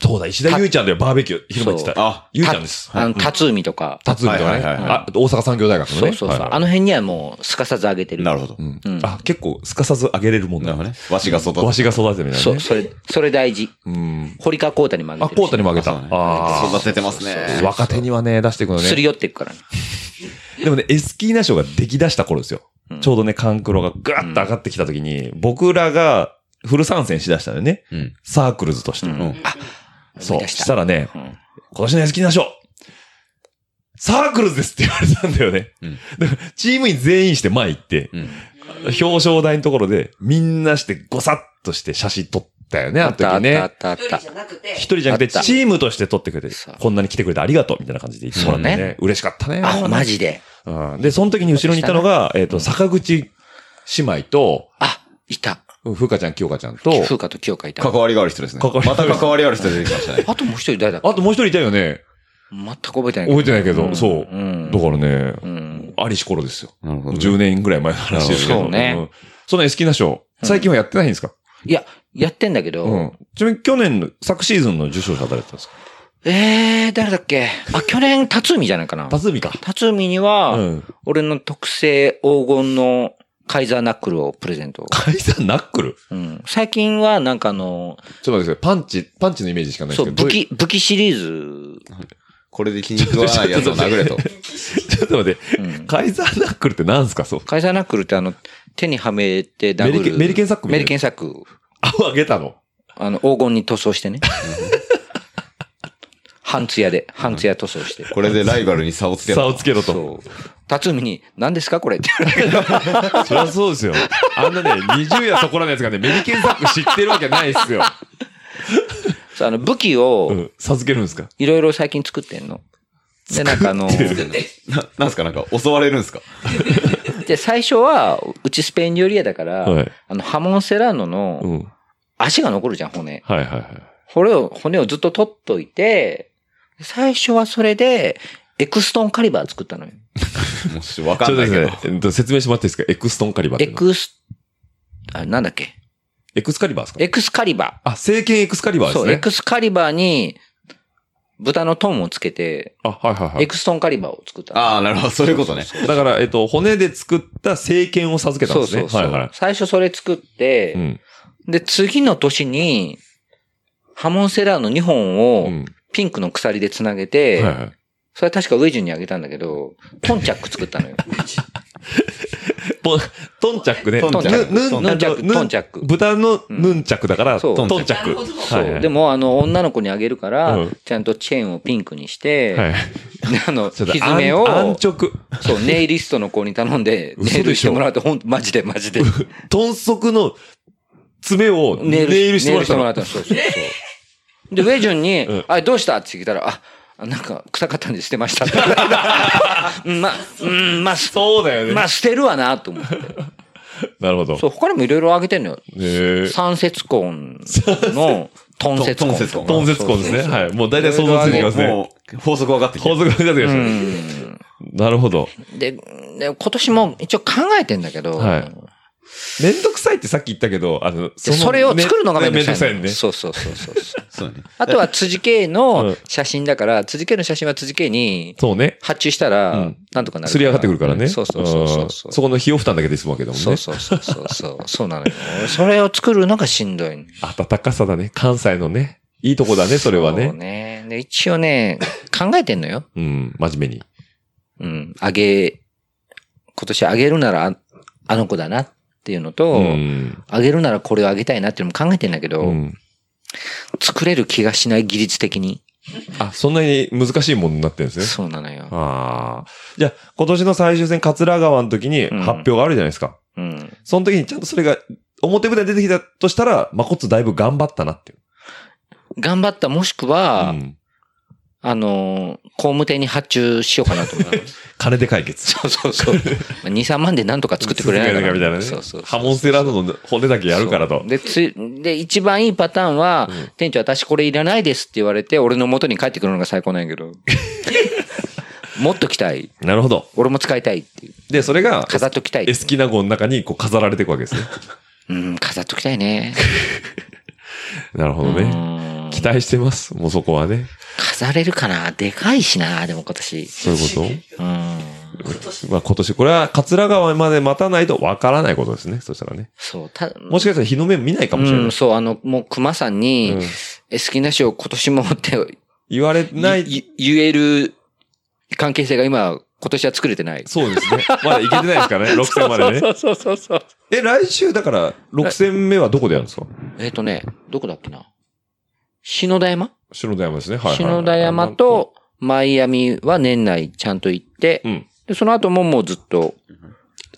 Speaker 5: そうだ、石田ゆいちゃんでバーベキュー広めてた。
Speaker 6: あ、
Speaker 5: ゆいちゃんです。
Speaker 4: あの、辰海とか、
Speaker 5: タツミとか
Speaker 6: は
Speaker 5: ね。
Speaker 6: いはいはい
Speaker 5: あ、大阪産業大学のね。
Speaker 4: そうそうそう。
Speaker 5: はい
Speaker 4: あの辺にはもう、すかさずあげてる。
Speaker 6: なるほど。
Speaker 5: うん
Speaker 4: うん
Speaker 5: あ、結構、すかさず上げれるもん
Speaker 6: な
Speaker 5: だ
Speaker 6: るほどね。わしが育て
Speaker 5: わしが育ててみたいな
Speaker 4: そ
Speaker 5: ね
Speaker 4: う、。それ、それ大事。
Speaker 5: うん。
Speaker 4: 堀川光太にもあげ
Speaker 5: あ、
Speaker 4: てるし。
Speaker 5: コータにも上げた。あ
Speaker 6: 育ててます
Speaker 5: あ。
Speaker 6: ね。
Speaker 5: 若手にはね、出していくのね。
Speaker 4: すり寄ってくからね。
Speaker 5: でもね、エスキーナ賞が出来出した頃ですよ。ちょうどね、カンクロがガーッと上がってきた時に、僕らがフル参戦しだしたのよね。
Speaker 6: うん
Speaker 5: サークルズとして。
Speaker 4: うん
Speaker 5: あ、そ
Speaker 4: 思
Speaker 5: う。
Speaker 4: い出した
Speaker 5: したらね、
Speaker 4: うん
Speaker 5: 今年のエスキーナ賞、サークルズですって言われたんだよね。
Speaker 6: うん
Speaker 5: だからチーム員全員して前行って、
Speaker 6: うん
Speaker 5: 表彰台のところで、みんなしてごさっとして写真撮ったよね、あ
Speaker 4: あ
Speaker 5: の
Speaker 4: ったあ
Speaker 5: 時
Speaker 4: ったあ
Speaker 5: ね
Speaker 4: っ。たあっ
Speaker 7: 一人
Speaker 4: た
Speaker 7: じ。ゃなくて、
Speaker 5: 一人じゃなくて、
Speaker 4: あった
Speaker 5: チームとして撮ってくれて
Speaker 4: そう、
Speaker 5: こんなに来てくれてありがとう、みたいな感じで言ってもらって
Speaker 4: そう
Speaker 5: ね。嬉しかったね。
Speaker 4: あ、マジで。
Speaker 5: うんで、その時に後ろにいたのが、えっ、と、坂口姉妹と、
Speaker 4: あ、いた。
Speaker 5: ふうかちゃん、きよかちゃんと、
Speaker 4: 風花と清香いた
Speaker 6: 関。わりがある人ですね。
Speaker 5: 関わり
Speaker 6: また関わりがある人出てきましたね。
Speaker 4: あともう一人誰だ
Speaker 5: あともう一人いたよね。
Speaker 4: 全く覚えてないけど。
Speaker 5: 覚えてないけど、
Speaker 4: ん
Speaker 5: そう。
Speaker 4: うん
Speaker 5: だからね、
Speaker 4: うん。
Speaker 5: ありし頃ですよ。
Speaker 6: なるほ
Speaker 5: 10年ぐらい前の話ですけど。
Speaker 4: そうね
Speaker 5: ん。そのエスキーナ賞、最近はやってないんですか、
Speaker 4: いや、やってんだけど、
Speaker 5: うん、ちなみに去年の、昨シーズンの受賞者は誰だったんですか
Speaker 4: えー、誰だっけあ、去年、辰海じゃないかな。
Speaker 5: 辰巳か。
Speaker 4: 辰海には、
Speaker 5: うん。
Speaker 4: 俺の特製黄金のカイザーナックルをプレゼ ント。
Speaker 5: カイザーナックル
Speaker 4: うん、最近はなんかあの、
Speaker 5: ちょっと待ってください。パンチ、パンチのイメージしかない
Speaker 4: そ
Speaker 5: ですけ
Speaker 4: う、
Speaker 5: ど。
Speaker 4: 武
Speaker 5: どい
Speaker 4: 器、武器シリーズ。
Speaker 6: これで気に食わないやつを殴れと。
Speaker 5: ちょっと待って、
Speaker 4: うん
Speaker 5: カイザーナックルって何すかそう。
Speaker 4: カイザーナックルってあの、手にはめて殴る。
Speaker 5: メリケンメリケンサックみた
Speaker 4: メ
Speaker 5: いな
Speaker 4: リケンサック。
Speaker 5: 青あげたの。
Speaker 4: あの、黄金に塗装して ね。半ツヤで、半ツヤ塗装して。
Speaker 6: これでライバルに差をつけ
Speaker 5: 差を
Speaker 6: ろ
Speaker 5: つけろと。
Speaker 4: そう。辰海に、何ですかこれって。
Speaker 5: そりゃそうですよ。あんなね、20やそこらのやつがね、メリケンサック知ってるわけないですよ。
Speaker 4: そうあの、武器
Speaker 5: う
Speaker 4: を、
Speaker 5: ん。授けるんですか
Speaker 4: いろいろ最近作ってんの。で、なんかあの、
Speaker 6: な、なんすかなんか襲われるんすか
Speaker 4: で、最初は、うちスペイン料理屋だから、
Speaker 5: はい
Speaker 4: あの、ハモンセラーノ
Speaker 5: う
Speaker 4: の
Speaker 5: ん。
Speaker 4: 足が残るじゃん、骨。
Speaker 5: はいはいはい。
Speaker 4: 骨を、骨をずっと取っといて、最初はそれで、エクストンカリバー作ったのよ。
Speaker 6: もしわか
Speaker 5: ちょ
Speaker 6: ん
Speaker 5: っ
Speaker 6: な
Speaker 5: と
Speaker 6: い
Speaker 5: です
Speaker 6: けど
Speaker 5: ね。、えっと説明してもらっていいですかエクストンカリバーって
Speaker 4: エ
Speaker 5: いうの
Speaker 4: クス、あ、なんだっけ
Speaker 5: エクスカリバーですか
Speaker 4: エクスカリバ
Speaker 5: あ、聖剣エクスカリバ
Speaker 4: ー。
Speaker 5: ーです
Speaker 4: そう、エ
Speaker 5: ね。
Speaker 4: クスカリバーに、豚のトンをつけて、
Speaker 5: あ、はいはいは
Speaker 4: エ
Speaker 5: い。
Speaker 4: クストンカリバーを作ったの。
Speaker 6: ああ、なるほど。そういうことね。
Speaker 5: だから、えっと、骨で作った聖剣を授けた
Speaker 4: そ
Speaker 5: んで
Speaker 4: う
Speaker 5: すね。
Speaker 4: そうそう。
Speaker 5: はいはい。
Speaker 4: 最初それ作って、
Speaker 5: うん。
Speaker 4: で、次の年に、ハモンセラーの2本
Speaker 5: う
Speaker 4: を
Speaker 5: ん。
Speaker 4: ピンクの鎖で繋げ
Speaker 5: は
Speaker 4: て、
Speaker 5: いはい。
Speaker 4: それ 確かウェジュンにあげたんだけど、ポンチャック作ったのよ。
Speaker 5: ポン、トンチャックね。
Speaker 6: トンチャック
Speaker 5: ヌンヌン
Speaker 4: トンチャック
Speaker 5: あのヌ
Speaker 4: トン
Speaker 5: ン
Speaker 4: チャック
Speaker 5: 豚のヌンチャックだから、
Speaker 4: そう
Speaker 5: トンチャッ
Speaker 7: なるほ
Speaker 5: ク。
Speaker 7: ど
Speaker 5: はい
Speaker 4: そう。でも、あの、女の子にあげるから、
Speaker 5: うん
Speaker 4: ちゃんとチェーンをピンクにし
Speaker 5: は
Speaker 4: て、
Speaker 5: い。
Speaker 4: あ の、
Speaker 5: ちょっと
Speaker 4: ひずめを、
Speaker 5: 安安直。
Speaker 4: そう、ネイリストの子に頼んで、 ネ
Speaker 5: 嘘でしょ
Speaker 4: イルしてもらうと、ほんと、マジでマジで。
Speaker 5: 豚足の爪を
Speaker 4: ネ
Speaker 5: ネ
Speaker 4: イル
Speaker 5: イルしてもらった
Speaker 4: ネイ
Speaker 5: の。
Speaker 4: ルしてもらったの。そうそうそう。で、ウェジュンに、
Speaker 5: うん
Speaker 4: あれどうしたって聞いたら、あ、あなんか臭かったんで捨てま したって。うんまあ、うん、まあ、す
Speaker 5: そうだよね。
Speaker 4: まあ捨てるわな、と思って。
Speaker 5: なるほど。
Speaker 4: そう、他にもいろいろあげてんのよ。
Speaker 5: えー
Speaker 4: 三節根の、トンセツ
Speaker 6: ト
Speaker 4: 根
Speaker 6: ンセツ根
Speaker 5: トンセツコですね。はい。もう大体想像ついてきますね。
Speaker 6: もう、法則分かってき
Speaker 5: 法
Speaker 6: て。
Speaker 5: 則が出てきました
Speaker 4: う
Speaker 5: ね。
Speaker 4: ん。
Speaker 5: なるほど。
Speaker 4: で、で今年も一応考えてんだけど、
Speaker 5: はいめんどくさいってさっき言ったけど、あの、
Speaker 4: で
Speaker 5: の
Speaker 4: それを作るのがめんどくさい
Speaker 5: ね
Speaker 4: の
Speaker 5: めんどくさ
Speaker 4: そうそうそうそうそう。
Speaker 6: そうね。
Speaker 4: あとは辻圭
Speaker 5: う
Speaker 4: の
Speaker 5: ん
Speaker 4: 写真だから、辻圭の写真は辻圭に
Speaker 5: いのね。
Speaker 4: 発注した
Speaker 5: う
Speaker 4: ら
Speaker 5: ん、
Speaker 4: なんとかなるから。
Speaker 5: すり上がってくるからね。
Speaker 4: そうそうそうそ
Speaker 5: ん
Speaker 4: う
Speaker 5: そ
Speaker 4: そう。
Speaker 5: この費用負担だけで済むわけだもん
Speaker 4: そう
Speaker 5: ね。
Speaker 4: そうそうそうそう。そうなのよ。俺それを作るのがしんどいの。
Speaker 5: 暖かさだね。関西のね。いいとこだね、それは
Speaker 4: そう
Speaker 5: ね。
Speaker 4: ね。で、一応ね、考えてんのよ。
Speaker 5: うん、真面目に。
Speaker 4: うん。あげ、今年あげるならああの子だなっていうの
Speaker 5: う
Speaker 4: と、
Speaker 5: ん。
Speaker 4: あげるならこれをあげたいなっていうのも考えてんだけど、
Speaker 5: うん
Speaker 4: 作れる気がしない技術的に。
Speaker 5: あ、そんなに難しいものになってるんですね。
Speaker 4: そうなのよ。
Speaker 5: ああ。じゃあ、今年の最終戦、桂川の時に
Speaker 4: うん
Speaker 5: 発表があるじゃないですか。
Speaker 4: うん。
Speaker 5: その時にちゃんとそれが、表舞台に出てきたとしたら、まこっつだいぶ頑張ったなっていう。
Speaker 4: 頑張ったもしくは、
Speaker 5: うん
Speaker 4: あのー、工務店に発注しようかなと思 って。
Speaker 5: 金で解決。
Speaker 4: そうそうそう。まあ2、3万でなんとか作ってくれないか
Speaker 5: か
Speaker 4: な
Speaker 5: みたいなね。
Speaker 4: そうそうそう。
Speaker 5: ハモンステラードの骨だけやるからと
Speaker 4: そう。で、つい、で、一番いいパターンは、店長私これいらないですって言われて、俺の元に帰ってくるのが最高なんやけ ど。もっと着たい。
Speaker 5: なるほど。
Speaker 4: 俺も使いたいっていう。
Speaker 5: で、それが、
Speaker 4: 飾っときたい
Speaker 5: エ。スキナ号の中にこう飾られていくわけですね。
Speaker 4: うん、飾っときたいね。
Speaker 5: なるほど
Speaker 4: う
Speaker 5: ね。
Speaker 4: ん
Speaker 5: 期待してます。もうそこはね。
Speaker 4: 飾れるかなでかいしな、でも今年。
Speaker 5: そういうこ
Speaker 4: うん。
Speaker 5: とまあ今年、これは桂川まで待たないとわからないことですね。そしたらね。
Speaker 4: そう、た、
Speaker 5: もしかしたら日の目見ないかもしれな
Speaker 4: う
Speaker 5: い
Speaker 4: ん、。そう、あの、もう熊さんに、
Speaker 5: うん
Speaker 4: え好きな賞今年もって
Speaker 5: 言われない。
Speaker 4: い言える関係性が今、今年は作れてない。
Speaker 5: そうですね。まだいけてないです からね。6戦までね。
Speaker 4: うそうそうそう。
Speaker 5: え、来週だから、6戦目はどこでやるんですか
Speaker 4: えっ、とね、どこだっけな。篠田山、
Speaker 5: 篠田山ですね。はい、はい。
Speaker 4: 篠田山とマイアミは年内ちゃんと行って、
Speaker 5: うん
Speaker 4: でその後ももうずっと、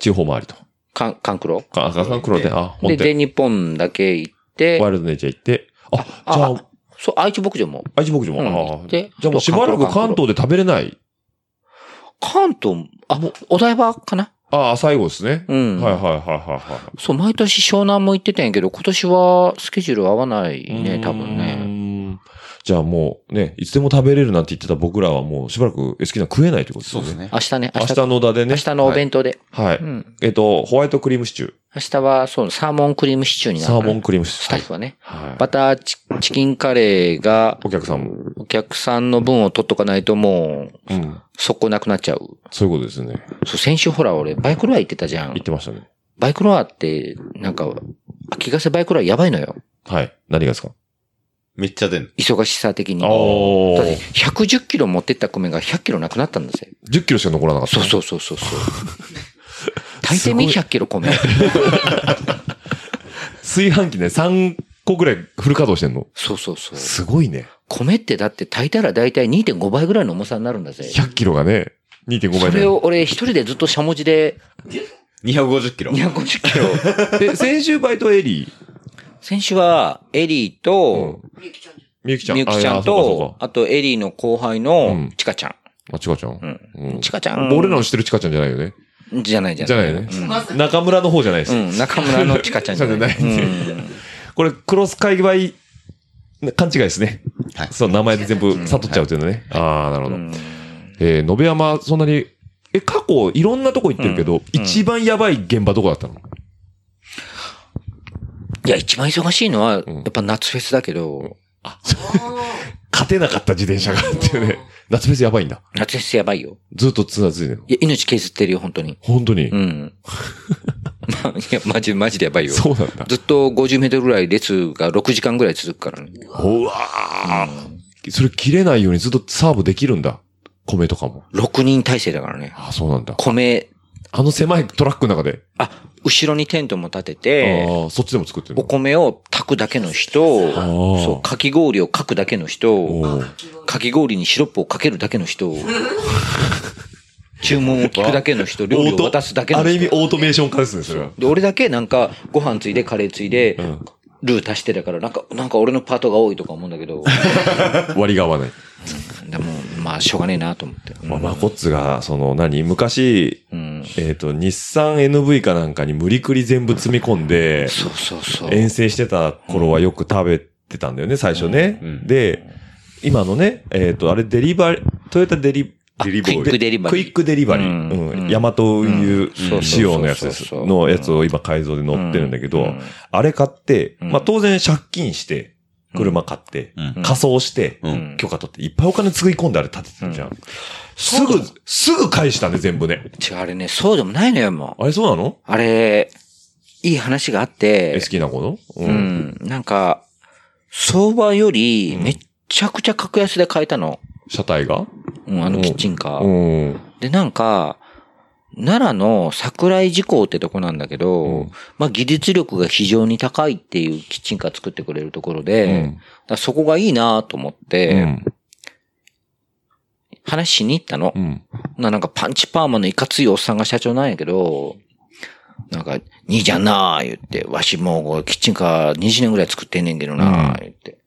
Speaker 5: 地方回りと。
Speaker 4: かん、カンクロ。
Speaker 5: か赤さん黒で、あ、
Speaker 4: で、
Speaker 5: 本
Speaker 4: 全
Speaker 5: 店。
Speaker 4: 日本だけ行って
Speaker 5: ワ、イルドネイチャー行って。あ、じゃあ
Speaker 4: あ、そう、愛知牧場も。
Speaker 5: 愛知牧場も。
Speaker 4: うん
Speaker 5: あ
Speaker 4: 行っ
Speaker 5: あ
Speaker 4: て
Speaker 5: じゃあもうしばらく関東で食べれない。
Speaker 4: 関東、あ、お台場かな
Speaker 5: ああ、最後ですね。
Speaker 4: うん。
Speaker 5: はいはいはいはいはい。
Speaker 4: そう、毎年湘南も行ってたんやけど、今年はスケジュール合わないう
Speaker 5: ー
Speaker 4: ね、
Speaker 5: ん
Speaker 4: 多分ね。。
Speaker 5: じゃあもうね、いつでも食べれるなんて言ってた僕らはもうしばらくエスキナ食えないってことです
Speaker 6: そ
Speaker 5: ね。
Speaker 6: うです。ね。
Speaker 4: 明日ね、
Speaker 5: 明
Speaker 4: 明
Speaker 5: 日
Speaker 4: 日、
Speaker 5: のだでね。
Speaker 4: 明日のお弁当で。
Speaker 5: 当。はい。
Speaker 4: うん。
Speaker 5: えっと、ホワイトクリームシチュー。
Speaker 4: 明日は、そう、サーモンクリームシチューになる
Speaker 5: サ
Speaker 4: か
Speaker 5: ー
Speaker 4: ら。
Speaker 5: モンクリームシ
Speaker 4: ス
Speaker 5: チュ
Speaker 4: タ
Speaker 5: ー
Speaker 4: ッ。フはね。
Speaker 5: はい。
Speaker 4: バターチチキンカレーが、
Speaker 5: お客さんも。
Speaker 4: お客さんの分を取っとかないともう、
Speaker 5: うん。
Speaker 4: 速攻なくなっちゃう。
Speaker 5: そういうことですね。
Speaker 4: そう、先週ほら、俺、バイクロア行ってたじゃん
Speaker 5: 言っ。てましたね。
Speaker 4: バイクロアって、なんか、秋ヶ瀬バイクロアやばいのよ。
Speaker 5: はい。何がですか
Speaker 6: めっちゃ出んの。
Speaker 4: 忙しさ的に。
Speaker 5: お
Speaker 4: だって
Speaker 5: ー。
Speaker 4: 110キロ持ってった米が100キロなくなったんだぜ。
Speaker 5: 10キロしか残らなかった。。
Speaker 4: そうそううそうそう そう。大抵み100キロ米。
Speaker 5: 炊飯器ね、3個ぐらいフル稼働してんの。
Speaker 4: そうそうそう。
Speaker 5: すごいね。
Speaker 4: 米ってだって炊いたら大体2.5倍ぐらいの重さになるんだぜ。
Speaker 5: 100キロがね、2.5
Speaker 4: そ
Speaker 5: 倍
Speaker 4: れ
Speaker 5: で。
Speaker 4: を俺一人でずっとしゃもじで
Speaker 6: 250キロ。
Speaker 4: 250キロ。
Speaker 5: で、先週バイトエリー。
Speaker 4: 先週はエリーと、
Speaker 7: みゆきちゃんじ
Speaker 5: みゆきちゃん。
Speaker 4: みゆきちゃん
Speaker 5: あいやそうかそう
Speaker 4: と
Speaker 5: か、
Speaker 4: あとエリーの後輩
Speaker 5: う
Speaker 4: の
Speaker 5: ん
Speaker 4: チカちゃ
Speaker 5: あ、ちかちゃん。
Speaker 4: ん。
Speaker 5: うん
Speaker 4: チカちゃん。
Speaker 5: 俺らの知ってるちかちゃんじゃないよね。
Speaker 4: じゃないじゃない。
Speaker 5: じゃないよね
Speaker 7: ゃん。まず、
Speaker 5: 中村の方じゃないです。
Speaker 4: うん。うん中村のチカちゃんじゃない。
Speaker 5: そうじゃない
Speaker 4: うん
Speaker 5: これ、クロス界隈、勘違いですね。
Speaker 6: はい
Speaker 5: そう、名前で全部悟っちゃうというのね。ああ、なるほど。
Speaker 4: ん
Speaker 5: えー、延山、そんなに、え、過去、いろんなとこ行ってるけど、一番やばい現場どこだったの
Speaker 4: いや、一番忙しいのは、や
Speaker 5: ん
Speaker 4: っぱ夏フェスだけど、
Speaker 5: 勝てなかった自転車が っていうね。夏フェスやばいんだ。
Speaker 4: 夏フェスやばいよ。
Speaker 5: ずっとつなついてるの。
Speaker 4: いや、命削ってるよ、本当に。
Speaker 5: 本当に
Speaker 4: う。ん。 まあ、いや、マジ、マジでやばいよ。
Speaker 5: そうなんだ。
Speaker 4: ずっと50メートルぐらい列が6時間ぐらい続くからね。
Speaker 5: うわーそれ切れないようにずっとサーブできるんだ。米とかも。
Speaker 4: 6人体制だからね。
Speaker 5: ああ、そうなんだ。
Speaker 4: 米、
Speaker 5: あの狭いトラックの中で。
Speaker 4: あ、後ろにテントも立てて、
Speaker 5: ああ、そっちでも作ってる
Speaker 4: お
Speaker 5: の
Speaker 4: 米を炊くだけの人、
Speaker 5: ー
Speaker 4: そう、かき氷をかくだけの人、
Speaker 5: おー
Speaker 4: かき氷にシロップをかけるだけの 人、注文を聞くだけの人、料理を渡すだけの
Speaker 5: ある意味
Speaker 4: 人。
Speaker 5: オートメーション化ですね、それは。
Speaker 4: で、俺だけなんか、ご飯ついで、カレーついで
Speaker 5: う、ん。
Speaker 4: ルー足してたから、なんか、なんか俺のパートが多いとか思うんだけ ど、
Speaker 5: 割が合わない。
Speaker 4: でも、まあ、しょうがねえなと思って。
Speaker 5: まあ、マコッツが、その、何、昔、
Speaker 4: うん。
Speaker 5: えっと、日産 NV かなんかに無理くり全部詰め込んで、
Speaker 4: そうそうそう。
Speaker 5: 遠征してた頃はよく食べてたんだよね、最初ね。
Speaker 6: うん
Speaker 5: で、今のね、えっ、と、あれデリバリ、トヨタデリ、あ
Speaker 6: デリボーイ
Speaker 5: で
Speaker 4: クイックデリバリー
Speaker 5: クイックデリバリ
Speaker 4: うん
Speaker 5: ー。う。
Speaker 4: うんん
Speaker 5: ヤマト運輸
Speaker 4: うん
Speaker 5: 仕様のやつです。
Speaker 4: そうそうそうそう
Speaker 5: のやつを今改造で乗ってるんだけど、
Speaker 4: うん
Speaker 5: あれ買って、
Speaker 4: うん
Speaker 5: まあ当然借金して、車買って、
Speaker 6: うん
Speaker 5: 仮装して、
Speaker 4: ん
Speaker 5: 許可取って、いっぱいお金つぎ込んであれ建ててるじゃん。すぐ、すぐ返したね、全部ね。
Speaker 4: 違う、あれね、そうでもないのよ、もう。
Speaker 5: あれそうなの
Speaker 4: あれ、いい話があっ
Speaker 5: え、
Speaker 4: て
Speaker 5: 好、きな子の
Speaker 4: う。ん、なんか、相場よりめっちゃくちゃ格安で買えたの。
Speaker 5: 車体が
Speaker 4: うん、あのキッチンカ
Speaker 5: う
Speaker 4: ー。
Speaker 5: ん。
Speaker 4: で、なんか、奈良の桜井寺港ってとこなんだけど、
Speaker 5: うん
Speaker 4: まあ技術力が非常に高いっていうキッチンカー作ってくれるところで、
Speaker 5: う
Speaker 4: だ
Speaker 5: ん
Speaker 4: からそこがいいなと思って、
Speaker 5: うん
Speaker 4: 話しに行ったの。
Speaker 5: うん。
Speaker 4: な、なんかパンチパーマのいかついおっさんが社長なんやけど、なんか、兄ちゃんなあ言って、わしもうキッチンカー20年ぐらい作ってんねんけどなあ言って、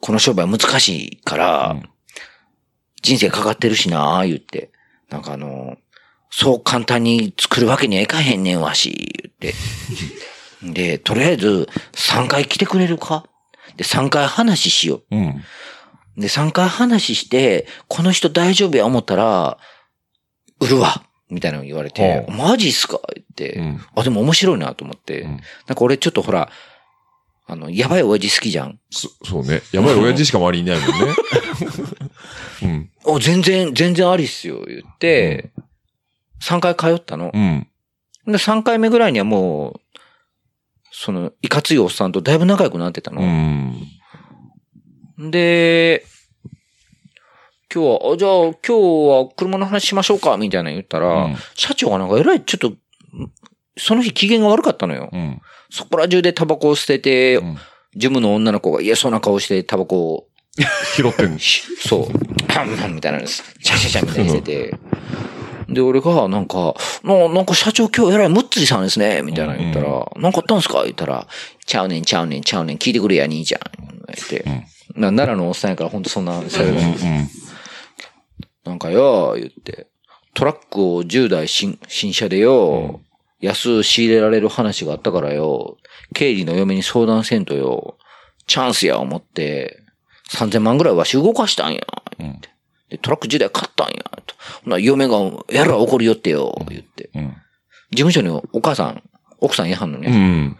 Speaker 4: この商売難しいから、人生かかってるしなあ言って、なんかあの、そう簡単に作るわけにはいかへんねんわし、言って。で、とりあえず3回来てくれるかで、3回話しよう。
Speaker 5: うん。
Speaker 4: で、3回話して、この人大丈夫や思ったら、売るわみたいなの言われて、
Speaker 5: う
Speaker 4: マジっすか言って、
Speaker 5: うん
Speaker 4: あ、でも面白いなと思って、
Speaker 5: うん
Speaker 4: なんか俺ちょっとほら、あの、やばい親父好きじゃん。
Speaker 5: そそうね。やばい親父しか周りにいないもんね。うん。
Speaker 4: お、全然、全然ありっすよ、言って、3回通ったの
Speaker 5: う。ん。
Speaker 4: で、3回目ぐらいにはもう、その、いかついおっさんとだいぶ仲良くなってた
Speaker 5: う
Speaker 4: の。
Speaker 5: ん。
Speaker 4: で、今日は、あじゃあ今日は車の話しましょうか、みたいなの言ったら、
Speaker 5: うん
Speaker 4: 社長がなんかえらいちょっと、その日機嫌が悪かったのよ。
Speaker 5: うん。
Speaker 4: そこら中でタバコを捨てて、
Speaker 5: ん
Speaker 4: ジムの女の子が嫌そうな顔してタバコを、
Speaker 5: 拾ってんの。
Speaker 4: しそう、パンパンみたいなのです。シャシャシャみたいにしてて。で、俺が、なんか、ななんか社長今日偉いむっつりさんですね、みたいなの言ったら、なんかあったんすか言ったら、ちゃうねんちゃうねんちゃうねん聞いてくれや、兄ちゃん。って。な奈良のおっさんやからほんとそんな話だけど、なんかよ、言って、トラックを10台新新車でよ、安仕入れられる話があったからよ、経理の嫁に相談せんとよ、チャンスや思って、3000万ぐらいわし動かしたんや、言って。で、トラック10台買ったんや、と。ほな、嫁が、やら怒るよってよ、言って。
Speaker 5: うん。
Speaker 4: 事務所にお母さん、奥さんいはんの
Speaker 5: う
Speaker 4: ね。
Speaker 5: ん。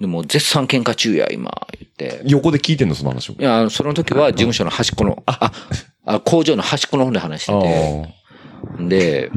Speaker 4: でも、絶賛喧嘩中や、今、言って。
Speaker 5: 横で聞いてんの、その話を
Speaker 4: い。や、その時は事務所の端っこの、あ、あ、工場の端っこの方で話してて、で、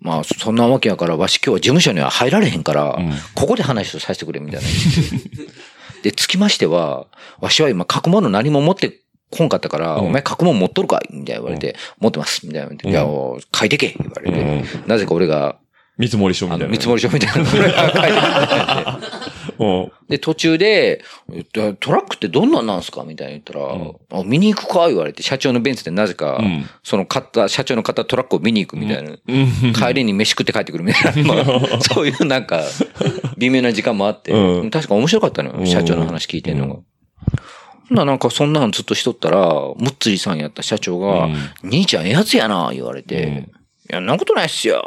Speaker 4: まあ、そんなわけやから、わし今日は事務所には入られへんから、ここで話をさせてくれ、みたいな。 で、つきましては、わしは今、書くもの何も持ってこんかったから、お前書くもの持っとるかいみたいな言われて、持ってます、みたいな言われて。いや、お書いてけ言われて、なぜか俺が、
Speaker 5: 見積もり書み
Speaker 4: あ
Speaker 5: たいな
Speaker 4: の、見
Speaker 5: ね。
Speaker 4: 積もり書みたいなのを書いてもらって
Speaker 5: うん。
Speaker 4: で、途中で、えっとトラックってどんなんなんすかみたいに言ったら、あ見に行くか言われて、社長のベンツでなぜか、
Speaker 5: ん
Speaker 4: その買った、社長の買ったトラックを見に行くみたいな。帰りに飯食って帰ってくるみた いな、まあ、そういうなんか、微妙な時間もあって、
Speaker 5: うん
Speaker 4: 確か面白かったのよ、社長の話聞いてるのが。ほんならなんかそんなのずっとしとったら、むっつりさんやった社長が、兄ちゃんええやつやな、言われて、
Speaker 5: うん
Speaker 4: いや、んなことないっすよ。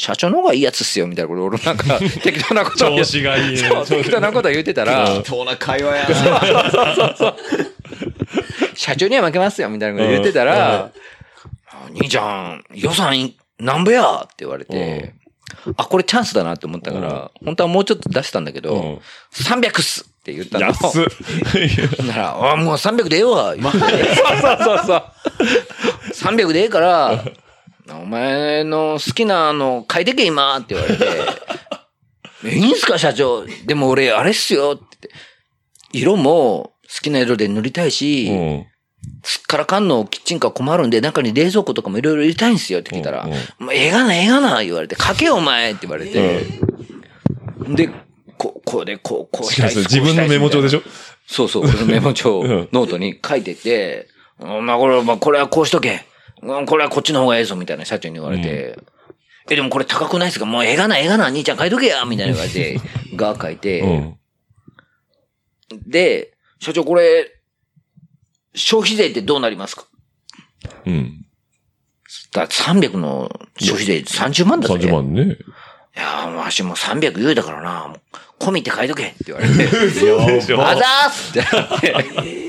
Speaker 4: 社長の方がいいやつっすよ、みたいなこと、俺なん か適当なことを言
Speaker 5: 調
Speaker 4: う
Speaker 5: 子がいいね。
Speaker 4: そう適当なこと言ってたら、
Speaker 6: 当な会話やな。
Speaker 4: 社長には負けますよ、みたいなこと言ってたら、あ兄ちゃん、予算いなんぼやって言われて、あ、これチャンスだなって思ったから、本当はもうちょっと出したんだけ
Speaker 5: う
Speaker 4: ど
Speaker 5: ん、
Speaker 4: 300っすって言ったの。
Speaker 5: 安っ。
Speaker 4: ほんなら、あ、もう300でええわ。そう そうそうそう。300でええから、お前の好きなの書いてけ今って言われて、いいんすか社長。でも俺、あれっすよって言って色も好きな色で塗りたいし、
Speaker 5: うん
Speaker 4: すっからかんのキッチンカー困るんで、中に冷蔵庫とかもいろいろ入れたいんですよって聞いたら、
Speaker 5: うんうん
Speaker 4: もうええがな、ええがな、言われて、かけよお前って言われて、で、ここうで、こう、こう
Speaker 5: し
Speaker 4: し
Speaker 5: か
Speaker 4: た
Speaker 5: も
Speaker 4: い
Speaker 5: それ自分のメモ帳でし
Speaker 4: ょ
Speaker 5: ょ
Speaker 4: そう そう、俺のメモ帳、
Speaker 5: うん
Speaker 4: ノートに書いてて、お前これ、まあこれはこうしとけ。うんこれはこっちの方がええぞ、みたいな社長に言われて、え、でもこれ高くないですかもうええがな、ええがな、兄ちゃん書いとけやみたいな言われ て、が書いて、
Speaker 5: うん。
Speaker 4: で、社長これ、消費税ってどうなりますか
Speaker 5: うん。
Speaker 4: だから300の消費税30万だぜ。
Speaker 5: 30。万ね。
Speaker 4: いやー、わしもう300言うだからな、もう込みって書いとけって言われて、 あざーすって なって。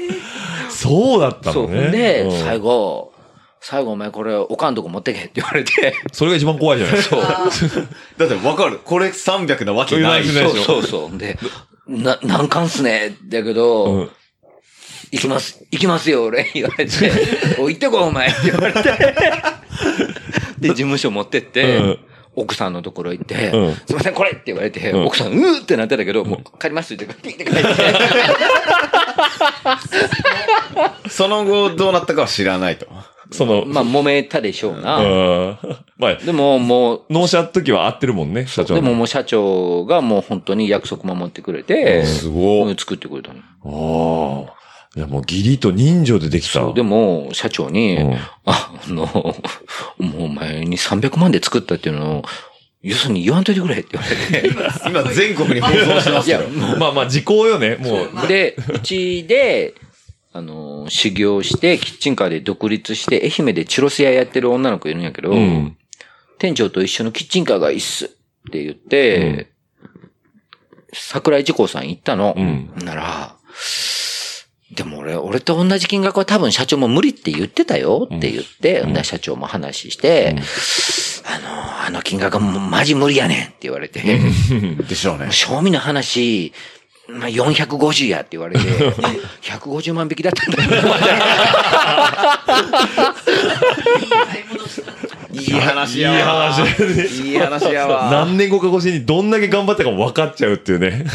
Speaker 5: そうだった
Speaker 4: そう。ほ
Speaker 5: のね。
Speaker 4: んで、
Speaker 5: うん
Speaker 4: 最後、最後お前これ、おかんとこ持ってけって言われて、
Speaker 5: それが一番怖いじゃないですか。
Speaker 6: だってわかる。これ300なわけない
Speaker 5: そ
Speaker 6: し
Speaker 5: う。
Speaker 4: そうそうそう。で、な、難関っすね。だけど、
Speaker 5: うん
Speaker 4: 行きます、行きますよ、俺、言わ れて。おい、行ってこい、お前、って言われて。で、事務所持ってって、
Speaker 5: うん
Speaker 4: 奥さんのところ行って、
Speaker 5: うん
Speaker 4: すいません、これって言われて、
Speaker 5: うん
Speaker 4: 奥さん、うーってなってたけど、もう、帰りますって言って、ピッて帰 って。
Speaker 6: その後どうなったかは知らない と。
Speaker 5: その、
Speaker 4: まあ、揉めたでしょうな。
Speaker 5: うん。 まあ、
Speaker 4: でも、もう、
Speaker 5: 納車の時は合ってるもんね、社長
Speaker 4: で
Speaker 5: の。
Speaker 4: ももう社長がもう本当に約束守ってくれて、
Speaker 5: すごい。
Speaker 4: 作ってくれたの。
Speaker 5: ああ。いや、もう義理と人情でできた。
Speaker 4: そう、でも、社長に、
Speaker 5: うん
Speaker 4: あの、もうお前に300万で作ったっていうのを、よそに言わんといてくれって言われ
Speaker 6: 今全国に放送してます
Speaker 4: て。いや
Speaker 6: けど。、
Speaker 5: まあまあ、時効よね、もう。
Speaker 4: で、うちで、あの、修行して、キッチンカーで独立して、愛媛でチュロス屋やってる女の子いるんやけど、
Speaker 5: うん。
Speaker 4: 店長と一緒のキッチンカーがいいっすって言って、桜井智子さん行ったの。
Speaker 5: うん
Speaker 4: なら、でも俺、俺と同じ金額は多分社長も無理って言ってたよって言って、で社長も話して、あの、あの金額はもうマジ無理やねんって言われて、
Speaker 6: でしょうね。
Speaker 4: 賞味の話、まあ、450やって言われて、あ、150万引きだったんだ
Speaker 6: いい話や
Speaker 5: いい
Speaker 6: わ。
Speaker 5: 話だね
Speaker 6: いい話やわ。
Speaker 5: 何年後か越しにどんだけ頑張ったかも分かっちゃうっていうね。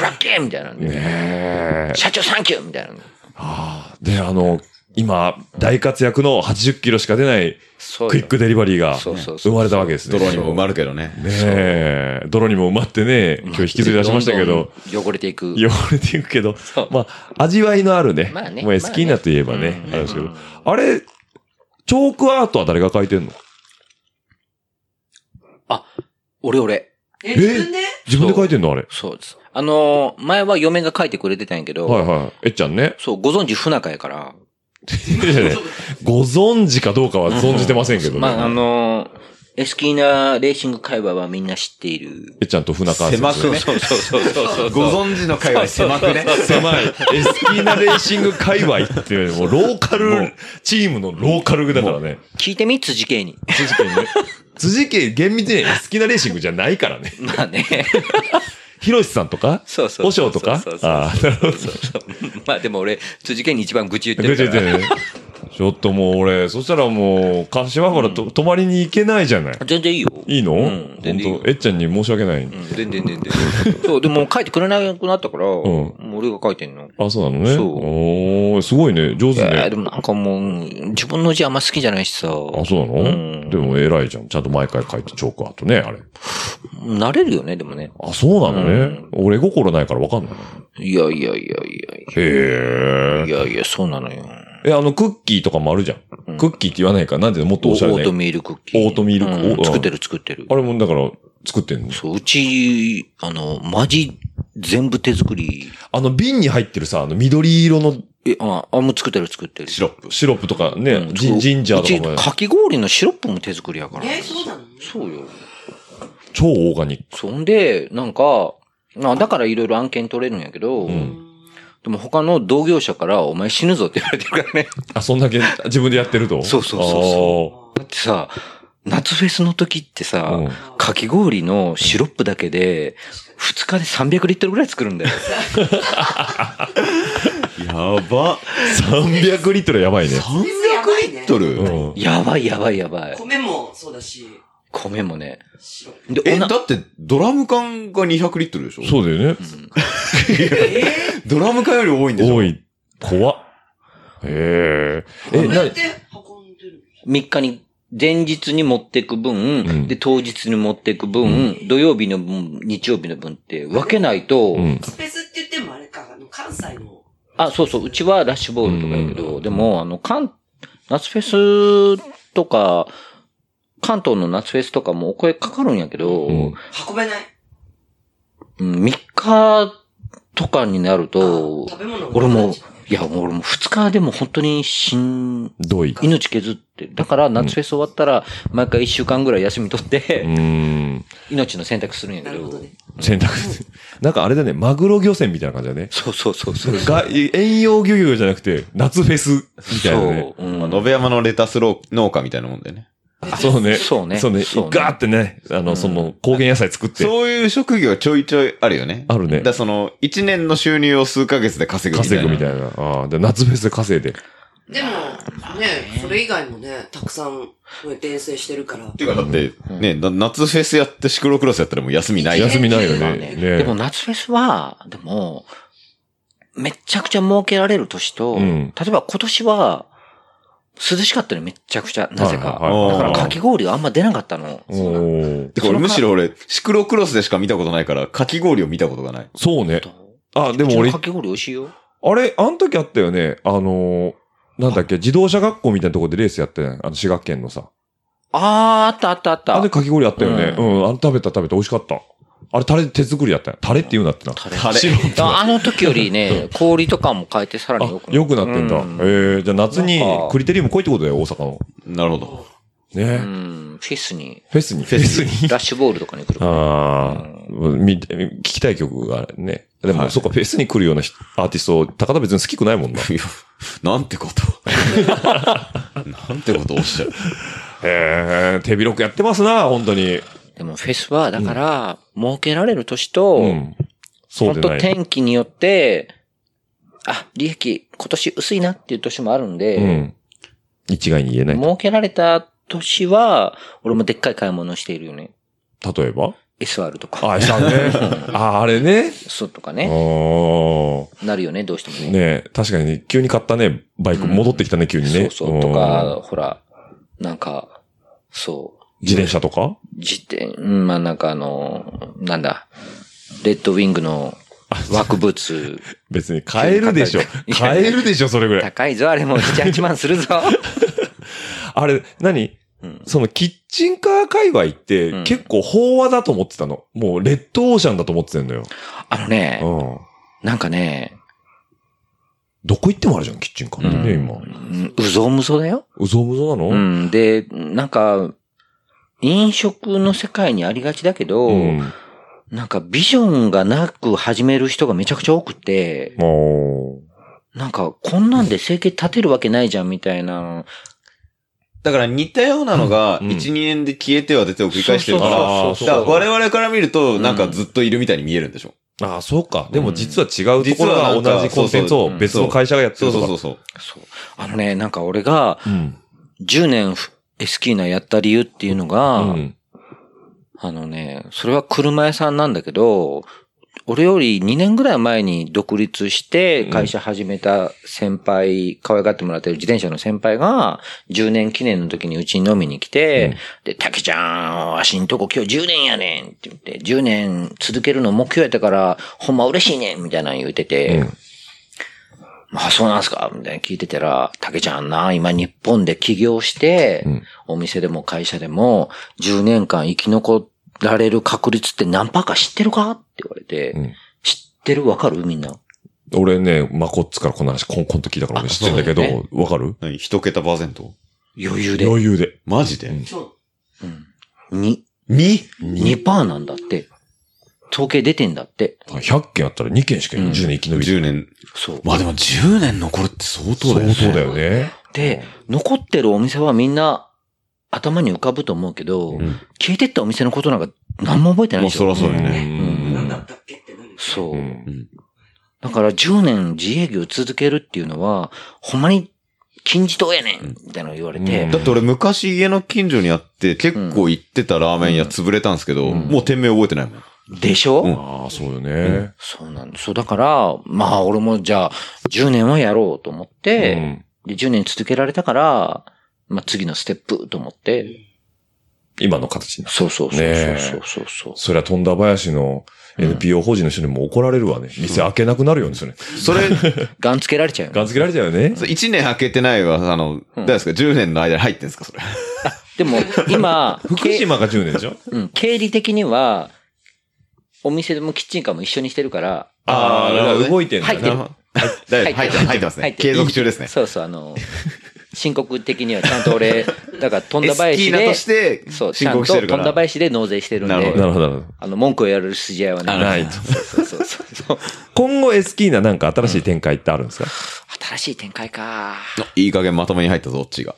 Speaker 4: ラッキーみたいなんで、
Speaker 5: ねえ。
Speaker 4: 社長サンキューみたいな。
Speaker 5: で、あの、今、大活躍の80キロしか出ない
Speaker 4: そうよ
Speaker 5: クイックデリバリーが
Speaker 4: そうそう
Speaker 5: 生
Speaker 4: そう
Speaker 5: まれたわけですね。
Speaker 6: 泥にも埋まるけどね。
Speaker 5: ねえ。泥にも埋まってね、今日引きずり出しましたけど、
Speaker 4: どんどん汚れていく。
Speaker 5: 汚れていくけど
Speaker 4: う、
Speaker 5: まあ、味わいのあるね。
Speaker 4: まあね
Speaker 5: もう好きなといえば
Speaker 4: まあ
Speaker 5: ね、
Speaker 4: ね
Speaker 5: あるんですけど。あれ、チョークアートは誰が描いてんの
Speaker 4: 俺俺。
Speaker 7: え、自分で
Speaker 5: 自分で描いてんのあれ。
Speaker 4: そうです。あのー前は嫁が書いてくれてたんやけど、
Speaker 5: はいはい。えっちゃんね。
Speaker 4: そう、ご存知不仲やから。
Speaker 5: いやいやご存知かどうかは存じてませんけどね。
Speaker 4: まあ、あのーエスキーナレーシング界隈はみんな知っている。
Speaker 5: えっちゃんと船川
Speaker 6: 狭
Speaker 5: 先生
Speaker 6: くね。そうそうそうそう。ご存知の会は狭くね。
Speaker 5: 狭い。エスキーナレーシング界隈っていうよりも、ローカル、チームのローカルだからね。
Speaker 4: 聞いてみ辻系に。
Speaker 5: 辻家にね。辻家厳密にエスキーナレーシングじゃないからね。
Speaker 4: まあね。
Speaker 5: ヒロシさんとか
Speaker 4: そうそうそう。
Speaker 5: おしょうとか
Speaker 4: そうそうそう
Speaker 5: ああ、なるほど。
Speaker 4: まあでも俺、辻系に一番愚痴言って
Speaker 5: 出
Speaker 4: るか
Speaker 5: て
Speaker 4: ら。
Speaker 5: てね。ちょっともう俺、そしたらもう、柏原と泊まりに行けないじゃない。
Speaker 4: 全然いいよ。
Speaker 5: いいの
Speaker 4: うん
Speaker 5: 本
Speaker 4: 全然いいよ
Speaker 5: 当えっちゃんに申し訳ない。
Speaker 4: うん、全然全然。そう、でも書いてくれなくなったから、もう俺が書いてんの。
Speaker 5: あ、そうなのね。
Speaker 4: そう
Speaker 5: おー、すごいね。上
Speaker 4: い
Speaker 5: 手
Speaker 4: や
Speaker 5: ね
Speaker 4: で。もなんかもう、自分の字あんま好きじゃないしさ。
Speaker 5: あ、そうな
Speaker 4: うん
Speaker 5: のでも偉いじゃん。ちゃんと毎回書いてチョークアートね、あれ。
Speaker 4: 慣れるよね、でもね。
Speaker 5: あ、そうなのね。俺心ないからわかんない。
Speaker 4: いやいやいやいやいや。
Speaker 5: へ
Speaker 4: いやいや、そうなのよ。
Speaker 5: え。え、あの、クッキーとかもあるじゃん。クッキーって言わないかなんていうのもっと
Speaker 4: オ
Speaker 5: おしゃれ
Speaker 4: ート
Speaker 5: ね。
Speaker 4: ミールクッキー。
Speaker 5: オートミールク
Speaker 4: うん
Speaker 5: お
Speaker 4: 作ってる作ってる
Speaker 5: あ。れもだから、作ってんの。
Speaker 4: そう、うち、あの、マジ、全部手作り。
Speaker 5: あの、瓶に入ってるさ、あの、緑色の
Speaker 4: え、あ、あ、もう作ってる作ってる。
Speaker 6: シロップ。
Speaker 5: シロップとか
Speaker 4: う
Speaker 5: ね、
Speaker 4: ん
Speaker 5: ジンジンジャーとか
Speaker 4: う
Speaker 5: も
Speaker 4: ち、かき氷のシロップも手作りやから。
Speaker 7: え、そうなの
Speaker 4: そうよ。
Speaker 5: 超オーガニック。
Speaker 4: そんで、なんか、まあだからいろいろ案件取れるんやけど、でも他の同業者から、お前死ぬぞって言われてるからね。
Speaker 5: あ、そんだけ自分でやってると
Speaker 4: そうそうそう
Speaker 5: そ
Speaker 4: だってさ、夏フェスの時ってさ、
Speaker 5: うん
Speaker 4: かき氷のシロップだけで、2日で300リットルぐらい作るんだよ。
Speaker 6: やば。
Speaker 5: 300リットルやばいね。
Speaker 6: 300リット
Speaker 5: う
Speaker 6: ル
Speaker 5: ん。
Speaker 4: やばいやばいやばい。
Speaker 7: 米もそうだし、
Speaker 4: 米もね。
Speaker 7: 白
Speaker 4: で、
Speaker 6: え、
Speaker 4: おな
Speaker 6: だってドラム缶が200リットルでしょ
Speaker 5: そうだよね。
Speaker 6: ドラム缶より多いんでしょ
Speaker 5: 多い。怖っ。へえ。え、
Speaker 7: どう
Speaker 5: な
Speaker 7: やっ
Speaker 5: に
Speaker 7: て運んでる
Speaker 4: 3日に、前日に持ってく分、
Speaker 5: ん
Speaker 4: で、当日に持ってく分、土曜日の分、日曜日の分って分けないと、
Speaker 5: うん。
Speaker 7: スペースって言ってもあれか、あの、関西の。
Speaker 4: あ、そうそう、うちはラッシュボールとかやけど、でも、あの、関、夏フェスとか、関東の夏フェスとかもお声かかるんやけど、
Speaker 5: うん
Speaker 7: 運べない。
Speaker 4: うん3日とかになると
Speaker 7: あ、食べ物が
Speaker 4: 俺も、いや、俺も2日でも本当に死ん、
Speaker 5: どうい。
Speaker 4: 命削って、だから夏フェス終わったら、毎回1週間ぐらい休み取っ
Speaker 5: う
Speaker 4: て、
Speaker 5: ーん。
Speaker 4: 命の選択するんやけ
Speaker 7: なる
Speaker 4: ど
Speaker 7: ほど、ね。
Speaker 5: 選択肢。なんかあれだね、マグロ漁船みたいな感じだね。
Speaker 4: そうそうそうそう。
Speaker 5: が、遠洋漁業じゃなくて、夏フェスみたいなね。
Speaker 4: そう、うん
Speaker 6: まあ、延山のレタスろう農家みたいなもんだよね。
Speaker 5: あそうね。
Speaker 4: そうね
Speaker 5: そうね
Speaker 4: そうね。
Speaker 5: ガーってね、あの、その、高原野菜作って。
Speaker 6: そういう職業ちょいちょいあるよね。
Speaker 5: あるね
Speaker 6: だからその、一年の収入を数ヶ月で稼ぐみたい
Speaker 5: 稼
Speaker 6: な。
Speaker 5: ぐみたいな。ああ、で夏フェスで稼いで。
Speaker 7: でも、ね、それ以外もね、たくさん、ね、転生してるから。
Speaker 6: っていうか、だって、ね、な夏フェスやってシクロクロスやったらもう休みない。
Speaker 5: 休みないよ
Speaker 7: まあね
Speaker 5: ね。ね
Speaker 4: でも夏フェスは、でも、めっちゃくちゃ儲けられる年と、
Speaker 5: うん
Speaker 4: 例えば今年は、涼しかったのめっちゃくちゃ、なぜか。
Speaker 5: はいはい
Speaker 6: はい
Speaker 4: だからかき氷があんま出なかったの。
Speaker 5: おー
Speaker 6: てか俺むしろ俺、シクロクロスでしか見たことないから、かき氷を見たことがない。
Speaker 5: そうね。あ、で
Speaker 4: で
Speaker 5: も
Speaker 4: も
Speaker 5: 俺
Speaker 4: 俺。、かき氷美味しいよ。
Speaker 5: あれ、あの時あったよね。あのーなんだっけ、自動車学校みたいなところでレースやってないあの、滋賀県のさ。
Speaker 4: あー、あったあったあっ
Speaker 5: あ
Speaker 4: た
Speaker 5: れ。かき氷あったよね。う、
Speaker 4: うん
Speaker 5: あれ食べた食べた美味しかった。あれ、タレ手作りだったよ。タレって言うなってな。
Speaker 4: タレ
Speaker 6: タレ
Speaker 5: 素人
Speaker 4: ああの時より ね、氷とかも変えてさらに
Speaker 5: あ
Speaker 4: よく、
Speaker 5: よくなってんだ。
Speaker 4: う
Speaker 5: えーじゃあ夏に
Speaker 4: なんか
Speaker 5: クリテリウム来いってことだよ、大阪の。
Speaker 6: なるほ ど。
Speaker 4: う
Speaker 5: ね。
Speaker 4: ん、フェスに、
Speaker 5: フェスに。
Speaker 6: フェスに
Speaker 5: に。
Speaker 4: ラッシュボールとかに来る。
Speaker 5: ああ、み、聞きたい曲がね。でも、
Speaker 6: はい
Speaker 5: そっか、フェスに来るような人アーティスト、高田別に好きくないもんな。へ
Speaker 6: いやなんて こと。なんてことをおっしゃる。
Speaker 5: え、手広くやってますな、本当に。
Speaker 4: でもフェスは、だから、儲けられる年と、
Speaker 5: うん。そう
Speaker 4: 本
Speaker 5: で
Speaker 4: 当
Speaker 5: ない。
Speaker 4: 天気によって、あ、利益今年薄いなっていう年もあるん
Speaker 5: う
Speaker 4: で、
Speaker 5: ん。一概に言えない。
Speaker 4: 儲けられた年は、俺もでっかい買い物しているよね。
Speaker 5: 例えば
Speaker 4: SR とか、
Speaker 5: あ、餌ね。あ、あれね。
Speaker 4: そうとか
Speaker 5: あ
Speaker 4: ね、
Speaker 5: ー
Speaker 4: なるよね、どうしてもね。
Speaker 5: ね確かにね、急に買ったね、バイク、
Speaker 4: うん
Speaker 5: 戻ってきたね、急に
Speaker 4: そ
Speaker 5: ね。
Speaker 4: うそう、とか、ほら、なんか、そう、
Speaker 5: うん。自転車とか
Speaker 4: 自転、うんまあなんかあの、なんだ、レッドウィングの枠ブーツ、
Speaker 5: 別に買える でしょ
Speaker 4: 急に。買った
Speaker 5: 買えるでしょ、それぐらい。
Speaker 4: 高いぞ、あ れも7、8万するぞ。
Speaker 5: あれ、何
Speaker 4: うん
Speaker 5: そのキッチンカー界隈って
Speaker 4: うん
Speaker 5: 結構飽和だと思ってたの。もうレッドオーシャンだと思ってたんだよ。
Speaker 4: あのね、
Speaker 5: うん。
Speaker 4: なんかね、
Speaker 5: どこ行ってもあるじゃん、キッチンカーってね、
Speaker 4: うん
Speaker 5: 今。
Speaker 4: うんうぞうむぞだよ。
Speaker 5: うぞうむぞなの
Speaker 4: うん。で、なんか、飲食の世界にありがちだけど、
Speaker 5: うん。
Speaker 4: なんかビジョンがなく始める人がめちゃくちゃ多くて、
Speaker 5: も
Speaker 4: なんかこんなんで生計立てるわけないじゃんみたいな。
Speaker 6: だから似たようなのが、
Speaker 5: うん
Speaker 6: 1、2年で消えては出てを繰り返してるから、
Speaker 5: そうそうそう
Speaker 6: だから我々から見ると、なんかずっといるみたいに見えるんでしょ。
Speaker 5: う。ああ、そうか。でも実は違うとこ
Speaker 6: 実
Speaker 5: ろ
Speaker 6: はな
Speaker 5: が
Speaker 6: んか
Speaker 5: 同じコンテンツ
Speaker 6: そう
Speaker 5: を
Speaker 4: そう
Speaker 5: 別の会社がやって
Speaker 6: そう
Speaker 5: る
Speaker 6: そうそ
Speaker 5: と
Speaker 6: う
Speaker 5: か。
Speaker 6: そ
Speaker 4: そ
Speaker 6: う。
Speaker 4: う。あのね、なんか俺が
Speaker 5: うん。
Speaker 4: 10年ふエスキーナやった理由っていうの
Speaker 5: う
Speaker 4: が、
Speaker 5: ん。
Speaker 4: あのね、それは車屋さんなんだけど、俺より2年ぐらい前に独立して会社始めた先輩、可愛がってもらってる自転車の先輩が、10年記念の時にうちに飲みに来て、で、竹ちゃん、わしんとこ今日10年やねんって言って、10年続けるの目標やったから、ほんま嬉しいねんみたいなの言うてて、
Speaker 5: うん
Speaker 4: まあそうなんすかみたいな聞いてたら、竹ちゃんな、今日本で起業して、
Speaker 5: うん
Speaker 4: お店でも会社でも、10年間生き残られる確率って何パーか知ってるかって言われて、
Speaker 5: うん
Speaker 4: 知ってるわかるみんな。
Speaker 5: 俺ね、まあ、こっちからこの話、コンコンと聞いたから俺知ってんだけ
Speaker 4: あそう
Speaker 5: ど、わかる
Speaker 6: 何一桁パーセント
Speaker 4: 余裕で。
Speaker 5: 余裕で。
Speaker 6: マジで、
Speaker 5: うん
Speaker 7: そう。
Speaker 4: に
Speaker 6: ?2?
Speaker 4: 2%パーなんだって。統計出てんだって。
Speaker 5: 100件あったら2件しか
Speaker 4: うん
Speaker 5: 10年生き延びる。
Speaker 6: 10年。
Speaker 4: そう。
Speaker 6: まあでも10年残るって相当
Speaker 5: 相
Speaker 6: だよね。
Speaker 5: 当だよね。
Speaker 4: で、残ってるお店はみんな頭に浮かぶと思うけど、
Speaker 6: ん
Speaker 4: 消えてったお店のことなんか何も覚えてない
Speaker 6: まあ
Speaker 4: でし
Speaker 6: そ
Speaker 4: ょ。
Speaker 6: らそうだよね。
Speaker 5: ん
Speaker 7: 何だったっけってなるよね。
Speaker 4: そう。
Speaker 5: うん
Speaker 4: だから10年自営業続けるっていうのは、ほんまに金字塔やねんみたいなの言われて、
Speaker 5: うん
Speaker 6: だって俺昔家の近所にあって結構行ってたラーメン屋潰れたんですけど、
Speaker 5: うん
Speaker 6: もう店名覚えてないもん。
Speaker 4: でしょ、
Speaker 5: ああ、そうよね。
Speaker 4: そうなんです。そう、だから、まあ、俺もじゃあ、10年はやろうと思って、
Speaker 5: う
Speaker 4: で、
Speaker 5: ん
Speaker 4: 10年続けられたから、まあ、次のステップと思って、
Speaker 5: 今の形になる。
Speaker 4: そうそうそう
Speaker 5: ねえ
Speaker 4: そうそうそう。
Speaker 5: そりゃ、富田林の NPO 法人の人にも怒られるわね。店開けなくなるよね、それ。
Speaker 6: そ れ、
Speaker 4: ガンつけられちゃうよね
Speaker 5: ガンつけられちゃうよね。
Speaker 6: 1年開けてないは、あの、どうですか ?10 年の間に入ってんですかそれ。
Speaker 4: でも、今、
Speaker 5: 福島が10年でしょ
Speaker 4: けうん、経理的には、お店でもキッチンカーも一緒にしてるから、
Speaker 5: ああ、だから動いてんだ
Speaker 4: 入ってる
Speaker 5: な。
Speaker 6: だいぶ入ってます入ってますね。継続中ですね。
Speaker 4: そうそう、あの、申告的にはちゃんと 俺、だから、富田
Speaker 6: エス
Speaker 4: 林
Speaker 6: キーナ
Speaker 4: で
Speaker 6: と、して
Speaker 4: そう、ち
Speaker 6: 申
Speaker 4: ゃんと
Speaker 6: 告してる
Speaker 4: 富
Speaker 6: か
Speaker 4: 田
Speaker 6: ら。
Speaker 4: 林で納税してるん
Speaker 6: なるほ
Speaker 5: な
Speaker 4: で、
Speaker 5: るほど、なるほど。
Speaker 4: あの、文句をやる筋合いはない。
Speaker 5: ない と
Speaker 4: そうそうそうそう。
Speaker 5: 今後エスキーナなんか新しい展開ってあるんですか
Speaker 4: 新しい展開か。
Speaker 6: いい加減まとめに入ったぞ、オッチが。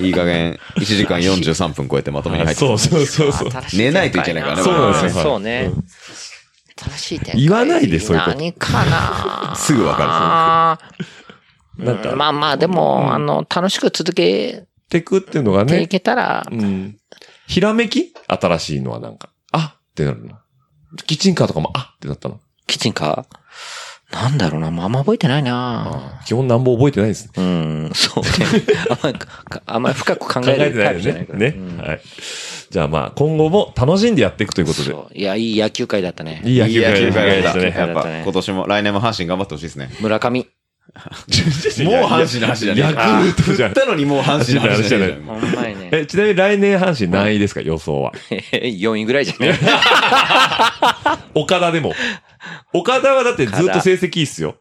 Speaker 6: いい加減、1時間43分超えてまとめに入った。
Speaker 5: そうそうそうそう。
Speaker 4: 新し
Speaker 6: 寝ないといけないからね。
Speaker 5: そうなんですよはい
Speaker 4: そうね。新しい展開。
Speaker 5: 言わないでそういうこと
Speaker 4: 何かな
Speaker 6: すぐわか
Speaker 4: あー
Speaker 5: なんか
Speaker 4: うんまあまあ、でも、あの、楽しく続け
Speaker 5: テクっていうのが
Speaker 4: て
Speaker 5: ね
Speaker 4: い、けたら、
Speaker 5: うん。ひらめき新しいのはなんか、あってなるの。キッチンカーとかも、あってなったの。
Speaker 4: キッチンカーなんだろうな、まあんま覚えてないな。
Speaker 5: あー基本なんぼ覚えてないですね。
Speaker 4: うん、そうね。 あんまりか、あんまり深く考
Speaker 5: 考
Speaker 4: え
Speaker 5: え
Speaker 4: る
Speaker 5: て
Speaker 4: タ
Speaker 5: な
Speaker 4: イプ
Speaker 5: い
Speaker 4: じゃ
Speaker 5: よ
Speaker 4: ないから。
Speaker 5: ね。ね。はい。じゃあまあ、今後も楽しんでやっていくということで。
Speaker 4: そういや、いい野球界だったね。
Speaker 5: いい
Speaker 6: ら。
Speaker 5: 野
Speaker 6: いい
Speaker 5: 球
Speaker 6: 野
Speaker 5: 界
Speaker 6: 球界
Speaker 5: で
Speaker 6: だっ
Speaker 5: した
Speaker 6: た。
Speaker 5: ね。
Speaker 6: やっぱ今年も、来年も阪神頑張ってほしいですね。
Speaker 4: 村上。
Speaker 6: もう阪神の話じゃねえか。
Speaker 5: 野球とじゃ
Speaker 6: 振
Speaker 5: ん
Speaker 6: ったのにもう阪神の話じゃねえじゃん
Speaker 4: ほんまやね。
Speaker 5: え、ちなみに来年阪神何位ですか予想は。
Speaker 4: 4位ぐらいじゃね。
Speaker 5: 岡田でも。岡田はだってずっと成績いいっすよ。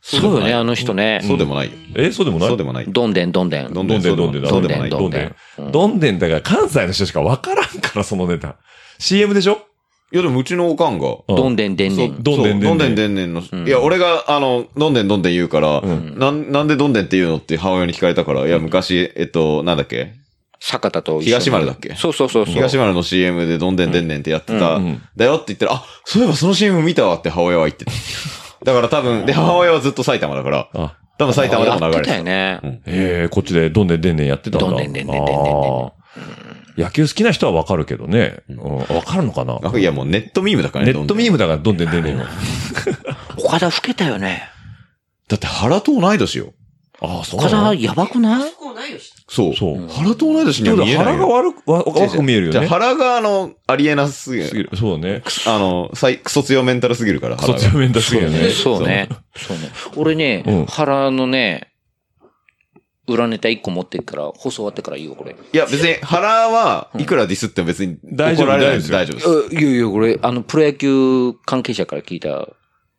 Speaker 4: すごいよね、あの人ね。
Speaker 6: そうでもないよ。
Speaker 5: え、そうでもない
Speaker 6: そうでもない。
Speaker 4: どんでんどんでん。
Speaker 6: ど
Speaker 5: どんでんどんでん
Speaker 6: どんでん
Speaker 5: ど
Speaker 4: ど
Speaker 5: ん
Speaker 4: ん
Speaker 5: で
Speaker 4: で
Speaker 5: ん
Speaker 4: ん。
Speaker 5: どんでんだから関西の人しかわからんから、そのネタ。CM でしょ
Speaker 6: いやでもうちのおかんが、
Speaker 4: どんでんでんでん。
Speaker 5: どんでんでんでん
Speaker 6: そうどんでんでんでんの、いや、俺が、あの、どんでんどんでん言うから、なん、なんでどんでんって言うのって母親に聞かれたから、いや、昔、えっと、なんだっけ
Speaker 4: 坂田と一緒に
Speaker 6: 東丸だっけ
Speaker 4: そうそうそうそう。
Speaker 6: 東丸の CM でどんでんでんでんってやってた、だよって言ったら、あ、そういえばその CM 見たわって母親は言ってた。だから多分、で、母親はずっと埼玉だから、
Speaker 5: あ、
Speaker 6: 多分埼玉でも
Speaker 4: やっ
Speaker 6: 流
Speaker 4: て
Speaker 6: れ
Speaker 4: た
Speaker 6: て
Speaker 4: よね。
Speaker 5: へえ、こっちでどんでんでんでんやってたんだ。
Speaker 4: どんでんでんでんでんでんでん
Speaker 5: あー野球好きな人はわかるけどね。うんわかるのかな
Speaker 6: た。あいや、もうネットミームだから
Speaker 5: ネ
Speaker 6: ね。
Speaker 5: ットミー
Speaker 6: ム
Speaker 5: ムだからどんでんでんでんは。
Speaker 4: 岡田老けたよね。
Speaker 6: だって原と同い年よ。
Speaker 5: ああ、そう
Speaker 4: 岡
Speaker 5: なの
Speaker 4: 田やばくない
Speaker 7: こないよ。
Speaker 6: そう。
Speaker 5: そう
Speaker 6: 原と同い年には見えないよ。
Speaker 5: 腹が悪く、わ若く見える
Speaker 6: じ
Speaker 5: よ
Speaker 6: ゃあ
Speaker 5: ね。
Speaker 6: 腹が、あの、ありえなすぎ
Speaker 5: す
Speaker 6: る。
Speaker 5: ぎるそうだね。
Speaker 6: あの、さいクソ強メンタルすぎるから、
Speaker 5: クソ
Speaker 6: 腹が。
Speaker 5: 強めんだすぎるね。
Speaker 4: そうね。そうね。俺
Speaker 5: う
Speaker 4: ね
Speaker 5: ん、
Speaker 4: 原のね、裏ネタ1個持ってっから、放送終わってから言おう、これ。
Speaker 6: いや、別に腹はいくらディスっても別に
Speaker 5: 大丈夫
Speaker 6: 怒られないんで大丈夫です。
Speaker 4: いやいや、俺、あの、プロ野球関係者から聞いた、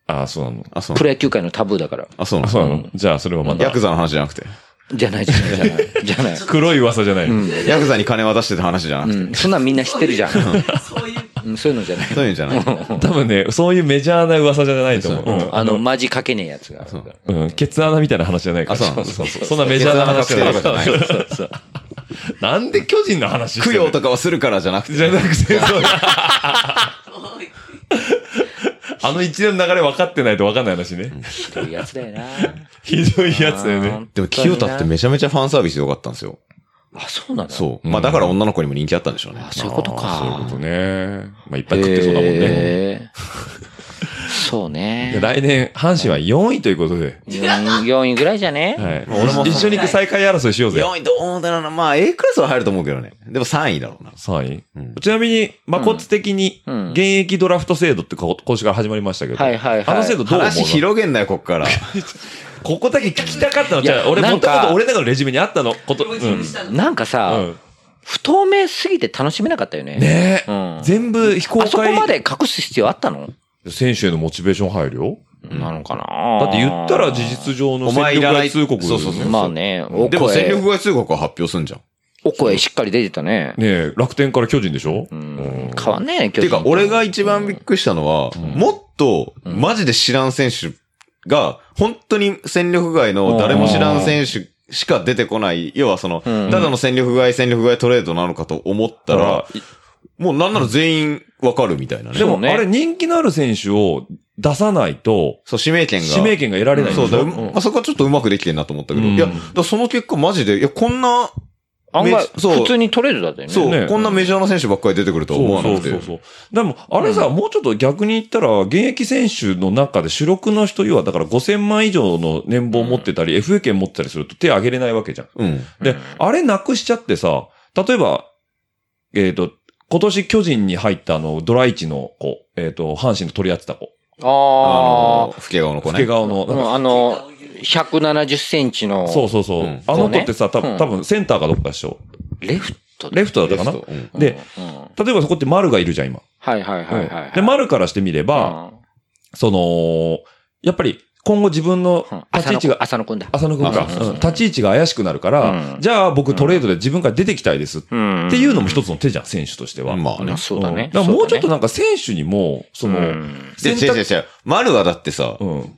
Speaker 5: ああ、そうなの。
Speaker 6: あ、そう
Speaker 4: プ。ロ野球界のタブーだから。
Speaker 6: あ、そう
Speaker 5: あ、
Speaker 6: な
Speaker 5: そう
Speaker 6: の。
Speaker 5: なの。じゃあ、それはま
Speaker 6: ヤ
Speaker 5: だ
Speaker 6: ク。ザの話じゃなくて。
Speaker 4: じゃない、じゃない、じゃない。じゃない。
Speaker 5: 黒い噂じゃない。
Speaker 6: ヤクザに金渡してた話じゃなくて。
Speaker 4: うん。そんなんみんな知ってるじゃん。う んそういうのじゃない。
Speaker 6: そういうんじゃない。
Speaker 5: 多分ね、そういうメジャーな噂じゃないと思ううん。
Speaker 4: あの、マジかけねえやつが。そう
Speaker 5: うん、ケツ穴みたいな話じゃないから。
Speaker 6: あそうなの
Speaker 5: そうそう。そんなメジャーな話じゃない
Speaker 6: ケツ穴が
Speaker 5: そうそうそうなんで巨人の話して
Speaker 6: 供
Speaker 5: んの
Speaker 6: 養とかはするからじゃなくて。
Speaker 5: じゃなくて、そう。あの一連の流れ分かってないと分かんない話ね。
Speaker 4: いうやつだよな。
Speaker 5: ひどいやつだよね。
Speaker 6: でも、清田ってめちゃめちゃファンサービス良かったんですよ。
Speaker 4: あ、そうなの
Speaker 6: そう。まあ、だから女の子にも人気あったんでしょうね
Speaker 4: あ、。そういうことか。
Speaker 5: そういうことね。まあ、いっぱい食ってそうだもんね。
Speaker 4: へ ーそうね。
Speaker 5: 来年、阪神は4位ということで。
Speaker 4: 4位ぐらいじゃね、
Speaker 5: はい。一緒に最下位争いしようぜ。
Speaker 6: 4位どうだろうな。まあ、A クラスは入ると思うけどね。でも3位だろうな。
Speaker 5: 3位、ちなみに、マコツ的に、
Speaker 4: うん
Speaker 5: 現役ドラフト制度ってこ今年から始まりましたけど。
Speaker 4: はいはいはい
Speaker 5: あの制度どう思う
Speaker 6: 話
Speaker 5: の
Speaker 6: 広げんなよ、こっ から。
Speaker 5: ここだけ聞きたかったの。
Speaker 4: い
Speaker 5: じ
Speaker 4: や
Speaker 5: ゃあ、俺も
Speaker 4: な
Speaker 5: と
Speaker 4: ん
Speaker 5: もと
Speaker 4: か
Speaker 5: 俺の中のレジュメにあったの。こと、うん。
Speaker 4: なんかさ、
Speaker 5: うん
Speaker 4: 不透明すぎて楽しめなかったよね。
Speaker 5: ねえ、
Speaker 4: うん
Speaker 5: 全部非公
Speaker 4: あそこ
Speaker 5: 開
Speaker 4: まで隠す必要あったの
Speaker 5: 選手へのモチベーション入るよ。
Speaker 4: なのかな
Speaker 5: だって言ったら事実上の
Speaker 6: お前
Speaker 5: 戦
Speaker 6: いら
Speaker 5: 力
Speaker 6: な
Speaker 5: 外
Speaker 6: い
Speaker 5: 通告だよね
Speaker 6: そうそうそう
Speaker 4: まあね、お
Speaker 6: でも戦力
Speaker 4: 声、
Speaker 6: 外通告は発表すんじゃん。っ
Speaker 4: お声しっかり出てたね。
Speaker 5: ねえ、楽天から巨人でしょ、う
Speaker 4: 変わんないね、
Speaker 6: て
Speaker 4: 巨
Speaker 6: いう
Speaker 4: 人と
Speaker 6: か、俺が一番びっくりしたのは、もっと、マジで知らん選手が、本当に戦力外の誰も知らん選手しか出てこない、要はその、
Speaker 4: ん
Speaker 6: ただの戦力外、戦力外トレードなのかと思ったら、もうなんなら全員わかるみたいなね。
Speaker 5: でも、
Speaker 4: そうね
Speaker 5: あれ人気のある選手を出さないと、
Speaker 6: そう、指名権が。
Speaker 5: 指名権が得られないんでし
Speaker 6: そ
Speaker 5: ょ
Speaker 6: うだ、
Speaker 5: ん
Speaker 6: まあ、そこはちょっとうまくできてんなと思ったけど、
Speaker 5: うん
Speaker 6: いや、だからその結果マジで、いや、こんな
Speaker 4: 案外、
Speaker 6: めそう
Speaker 4: 普通にトレードだったよね。
Speaker 6: そう、
Speaker 5: ね
Speaker 6: こんなメジャーな選手ばっかり出てくるとは思わなくて。
Speaker 5: そうそうそうそう。でも、あれさ、もうちょっと逆に言ったら、現役選手の中で主力の人、要はだから5000万以上の年俸持ってたり、FA 権持ってたりすると手挙げれないわけじゃん。
Speaker 6: うん。
Speaker 5: で、あれなくしちゃってさ、例えば、えっ、と、今年巨人に入ったあの、ドライチの子、えっ、と、阪神の取り合ってた子、
Speaker 4: あ
Speaker 6: あの、老け顔の子
Speaker 5: 老け
Speaker 6: ね。
Speaker 5: 顔の、
Speaker 4: あ、うんあの、170センチの、
Speaker 5: そうそうそ
Speaker 6: う
Speaker 5: う。
Speaker 6: ん
Speaker 5: あの子ってさ、
Speaker 4: そ
Speaker 5: た
Speaker 4: うねうん
Speaker 5: 多分センターかどっかでしょ。
Speaker 4: レフト
Speaker 5: レフトだったかな
Speaker 6: レフトうん
Speaker 4: うん
Speaker 5: で、
Speaker 4: うん
Speaker 5: 例えばそこって丸がいるじゃん、今。
Speaker 4: はいはいはいはい。
Speaker 5: で、丸からしてみれば、その、やっぱり今後自分の
Speaker 4: うん、
Speaker 5: 立
Speaker 4: 朝
Speaker 5: ち
Speaker 4: の子
Speaker 5: 位置が、
Speaker 4: 浅野くんだ。
Speaker 5: 浅野君か、
Speaker 4: うん
Speaker 5: うん立ち位置が怪しくなるから、
Speaker 4: うん
Speaker 5: じゃあ僕トレードで自分から出てきたいですっ
Speaker 4: うん
Speaker 5: ていうのも一つの手じゃん、選手としては。
Speaker 6: まあ
Speaker 4: ま
Speaker 6: ね
Speaker 4: あ。そうだね
Speaker 5: んだからもうちょっと
Speaker 4: そ
Speaker 5: なんか選手にも、その、
Speaker 4: うん
Speaker 6: で、
Speaker 5: 選
Speaker 6: 違う違う
Speaker 5: 択、
Speaker 6: 違う。丸はだってさ、
Speaker 5: うん、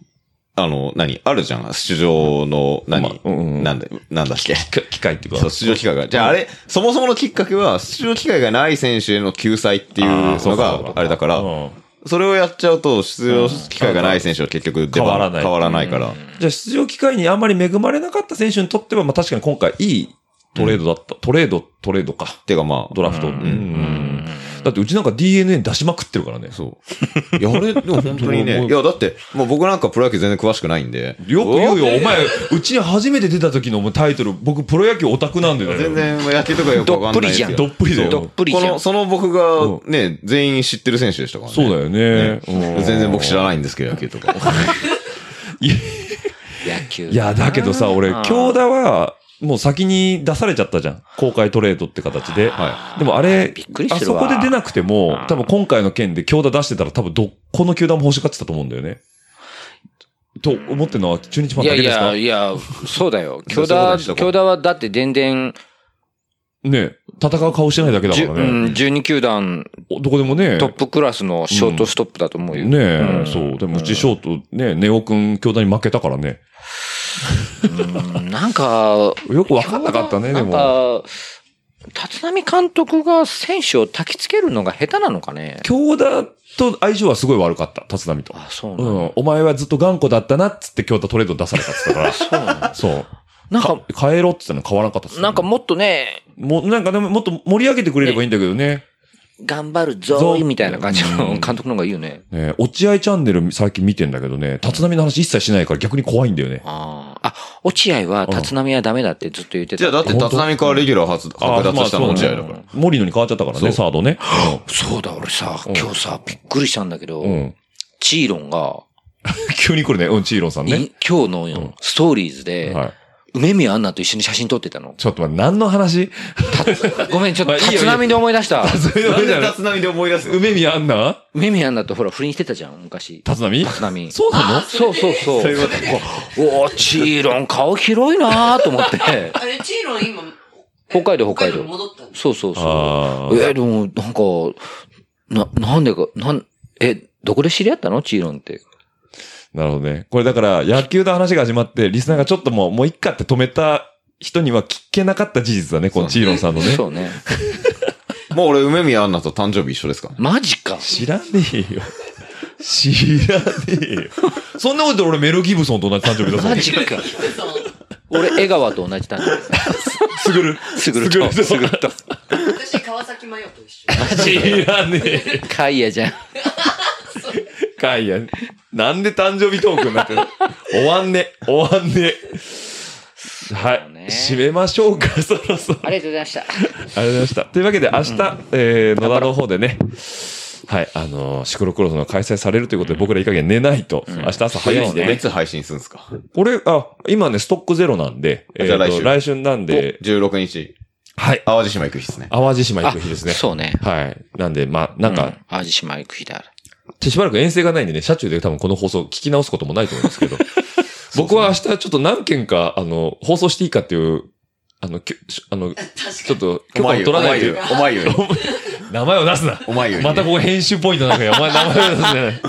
Speaker 6: あの、何あるじゃん出場の何、
Speaker 5: まあうんうん
Speaker 6: なんで、なんだっけ
Speaker 5: き機会っていうか
Speaker 6: そう、。出場機会が。じゃあ、あれ、そもそものきっかけは、出場機会がない選手への救済っていう
Speaker 5: あーそ
Speaker 6: の
Speaker 5: うかそう
Speaker 6: が、あれだか
Speaker 5: う
Speaker 6: ら、
Speaker 5: ん
Speaker 6: それをやっちゃうと、出場機会がない選手は結局出番、
Speaker 5: 変わらない
Speaker 6: 変わらないから。
Speaker 5: じゃあ出場機会にあんまり恵まれなかった選手にとっては、まあ確かに今回いいトレードだった。トレード、トレードか。
Speaker 6: てかまあ、
Speaker 5: ドラフト。
Speaker 6: ん
Speaker 5: うんだってうちなんか DNA 出しまくってるからね。
Speaker 6: そう。いや、あれ、でも本当に
Speaker 5: も
Speaker 6: ね、
Speaker 5: う
Speaker 6: いや、だって、もう僕なんかプロ野球全然詳しくないんで、
Speaker 5: よく言うよ、お前、うちに初めて出た時のお前タイトル、僕プロ野球オタクなんでだよ。
Speaker 6: 全然野球とかよくわかんないですよ。
Speaker 5: どっぷりだよ。
Speaker 4: どっぷりじ
Speaker 6: こ
Speaker 4: ゃん
Speaker 6: の、。その僕がね、全員知ってる選手でしたからね。
Speaker 5: そうだよね。うん
Speaker 6: 全然僕知らないんですけど、野球とか。
Speaker 4: 野球。
Speaker 5: いや、だけどさ、俺、
Speaker 4: うん
Speaker 5: 京田は、もう先に出されちゃったじゃん。公開トレードって形で。
Speaker 6: は
Speaker 5: でもあれ
Speaker 4: びっくり、
Speaker 5: あ
Speaker 4: する
Speaker 5: そ
Speaker 4: わ
Speaker 5: こで出なくても、多分今回の件で京田出してたら多分ど、この球団も欲しがってたと思うんだよね。と思ってるのは中日ファン
Speaker 4: い
Speaker 5: だ
Speaker 4: や
Speaker 5: け
Speaker 4: い
Speaker 5: ですか
Speaker 4: や、いや、そうだよ。京
Speaker 6: そういうこと
Speaker 4: 田、
Speaker 6: にしとこう
Speaker 4: 京田はだって全然、
Speaker 5: ね戦う顔してないだけだか
Speaker 4: じゅ
Speaker 5: ら
Speaker 4: う
Speaker 5: ね。
Speaker 4: ん12球団
Speaker 5: おどこでもね。
Speaker 4: トップクラスのショートストップだと思うよ。
Speaker 5: ね
Speaker 4: う
Speaker 5: え、
Speaker 4: ん
Speaker 5: そう。でもうちショート、ねネオくん京田に負けたからね。
Speaker 4: うんなんか、
Speaker 5: よくわかんなかったね、で
Speaker 4: なん
Speaker 5: も。
Speaker 4: か、立浪監督が選手を焚きつけるのが下手なのかね。
Speaker 5: 京田と相性はすごい悪かった、立浪と。
Speaker 4: あ、そうな
Speaker 5: う
Speaker 4: の、
Speaker 5: ん。お前はずっと頑固だったなっ、つって京都トレード出されたっつったから。そうそう。
Speaker 4: なんか、
Speaker 5: 変えろっつったの変わらなかったっつった
Speaker 4: なんか
Speaker 5: も
Speaker 4: もっとね、
Speaker 5: う、なんかでももっと盛り上げてくれればいいんだけどね。
Speaker 4: 頑張るぞーいみたいな感じ
Speaker 5: う
Speaker 4: の
Speaker 5: ん
Speaker 4: 監督の方がいいよね。
Speaker 5: ね落合チャンネル最近見てんだけどね、立浪の話一切しないから逆に怖いんだよね。
Speaker 4: あーあ、落合は立浪はダメだってずっと言ってた。
Speaker 6: い。じゃあ、だって、立浪からレギュラー初、剥奪したの
Speaker 5: あまあ
Speaker 6: 落
Speaker 5: そう
Speaker 6: 合
Speaker 5: ね
Speaker 6: だから。
Speaker 5: 森野に変わっちゃったからね、サードね。
Speaker 4: そうだ、俺さ、
Speaker 5: うん
Speaker 4: 今日さ、びっくりしたんだけど、
Speaker 5: うん。
Speaker 4: チーロンが、
Speaker 5: 急に来るね、うん、チーロンさんね。
Speaker 4: い今日のストーリーズで、
Speaker 5: はい。
Speaker 4: 梅宮アンナと一緒に写真撮って たの。
Speaker 5: ちょっと待って、何の話
Speaker 4: ごめん、ちょっと
Speaker 5: まあいいよ
Speaker 4: 立浪で思い出した。
Speaker 6: なんで立浪で思い出す
Speaker 5: 梅宮アンナ
Speaker 4: 梅宮アンナとほら、不倫してたじゃん、昔。
Speaker 5: 立浪
Speaker 4: 立浪。
Speaker 5: そうなの
Speaker 4: そうそうそう。
Speaker 6: そういうこ
Speaker 4: おおチーロン顔広いなーと思って。
Speaker 7: あれ、チーロン今、
Speaker 4: 北海道北海道
Speaker 7: に戻ったんです
Speaker 4: そうそうそう。
Speaker 5: あー
Speaker 4: えー、でも、なんか、な、なんでか、なん、え、どこで知り合ったのチーロンって。
Speaker 5: なるほどね。これだから野球の話が始まって、リスナーがちょっともう、もういっかって止めた人には聞けなかった事実だね、このチーロンさんのね。
Speaker 4: そうね。
Speaker 6: もう俺、梅宮アンナと誕生日一緒ですから。
Speaker 4: マジか。
Speaker 5: 知らねえよ。知らねえよ。そんなこと言ったら俺メル・ギブソンと同じ誕生日だぞ
Speaker 4: マ。ジか。
Speaker 7: その
Speaker 4: 俺、江川と同じ誕生日。
Speaker 5: すぐる。
Speaker 4: すぐる
Speaker 5: すぐ
Speaker 4: と。
Speaker 5: る
Speaker 4: すぐると。
Speaker 7: 私、川崎麻世と一緒。
Speaker 5: 知らねえ。
Speaker 4: カイヤじゃん。
Speaker 5: かいや。なんで誕生日トークになってる終わんね。終わんね。はい
Speaker 4: そうね。
Speaker 5: 締めましょうか、そろそろ。
Speaker 4: ありがとうございました。
Speaker 5: ありがとうございました。というわけで、明日、えー、野田の方でね、はい、あのーシクロクロスの開催されるということで、僕らいい加減寝ないと、明日朝早いんで
Speaker 6: い
Speaker 5: ね。
Speaker 6: つ配信するんですか
Speaker 5: これ、あ、今ね、ストックゼロなんで、えーと
Speaker 6: じゃあ来週
Speaker 5: 来週なんで、
Speaker 6: ?16 日、
Speaker 5: はい、
Speaker 6: 淡路島行く日ですね。
Speaker 5: 淡路島行く日ですね。
Speaker 4: そうね。
Speaker 5: はい。なんで、まあ、なん
Speaker 4: う
Speaker 5: か、、
Speaker 4: 淡路島行く日である。
Speaker 5: しばらく遠征がないんでね、車中で多分この放送聞き直すこともないと思うんですけど、僕は明日ちょっと何件か、あの、放送していいかっていう、あの、きゅあの、ちょっと、
Speaker 6: お
Speaker 5: 許可を
Speaker 6: 前
Speaker 5: 取らないという、
Speaker 6: お前より。
Speaker 5: 名前を出すな
Speaker 6: お 前より。
Speaker 5: またここ編集ポイントなんかよ。お前名前出すね。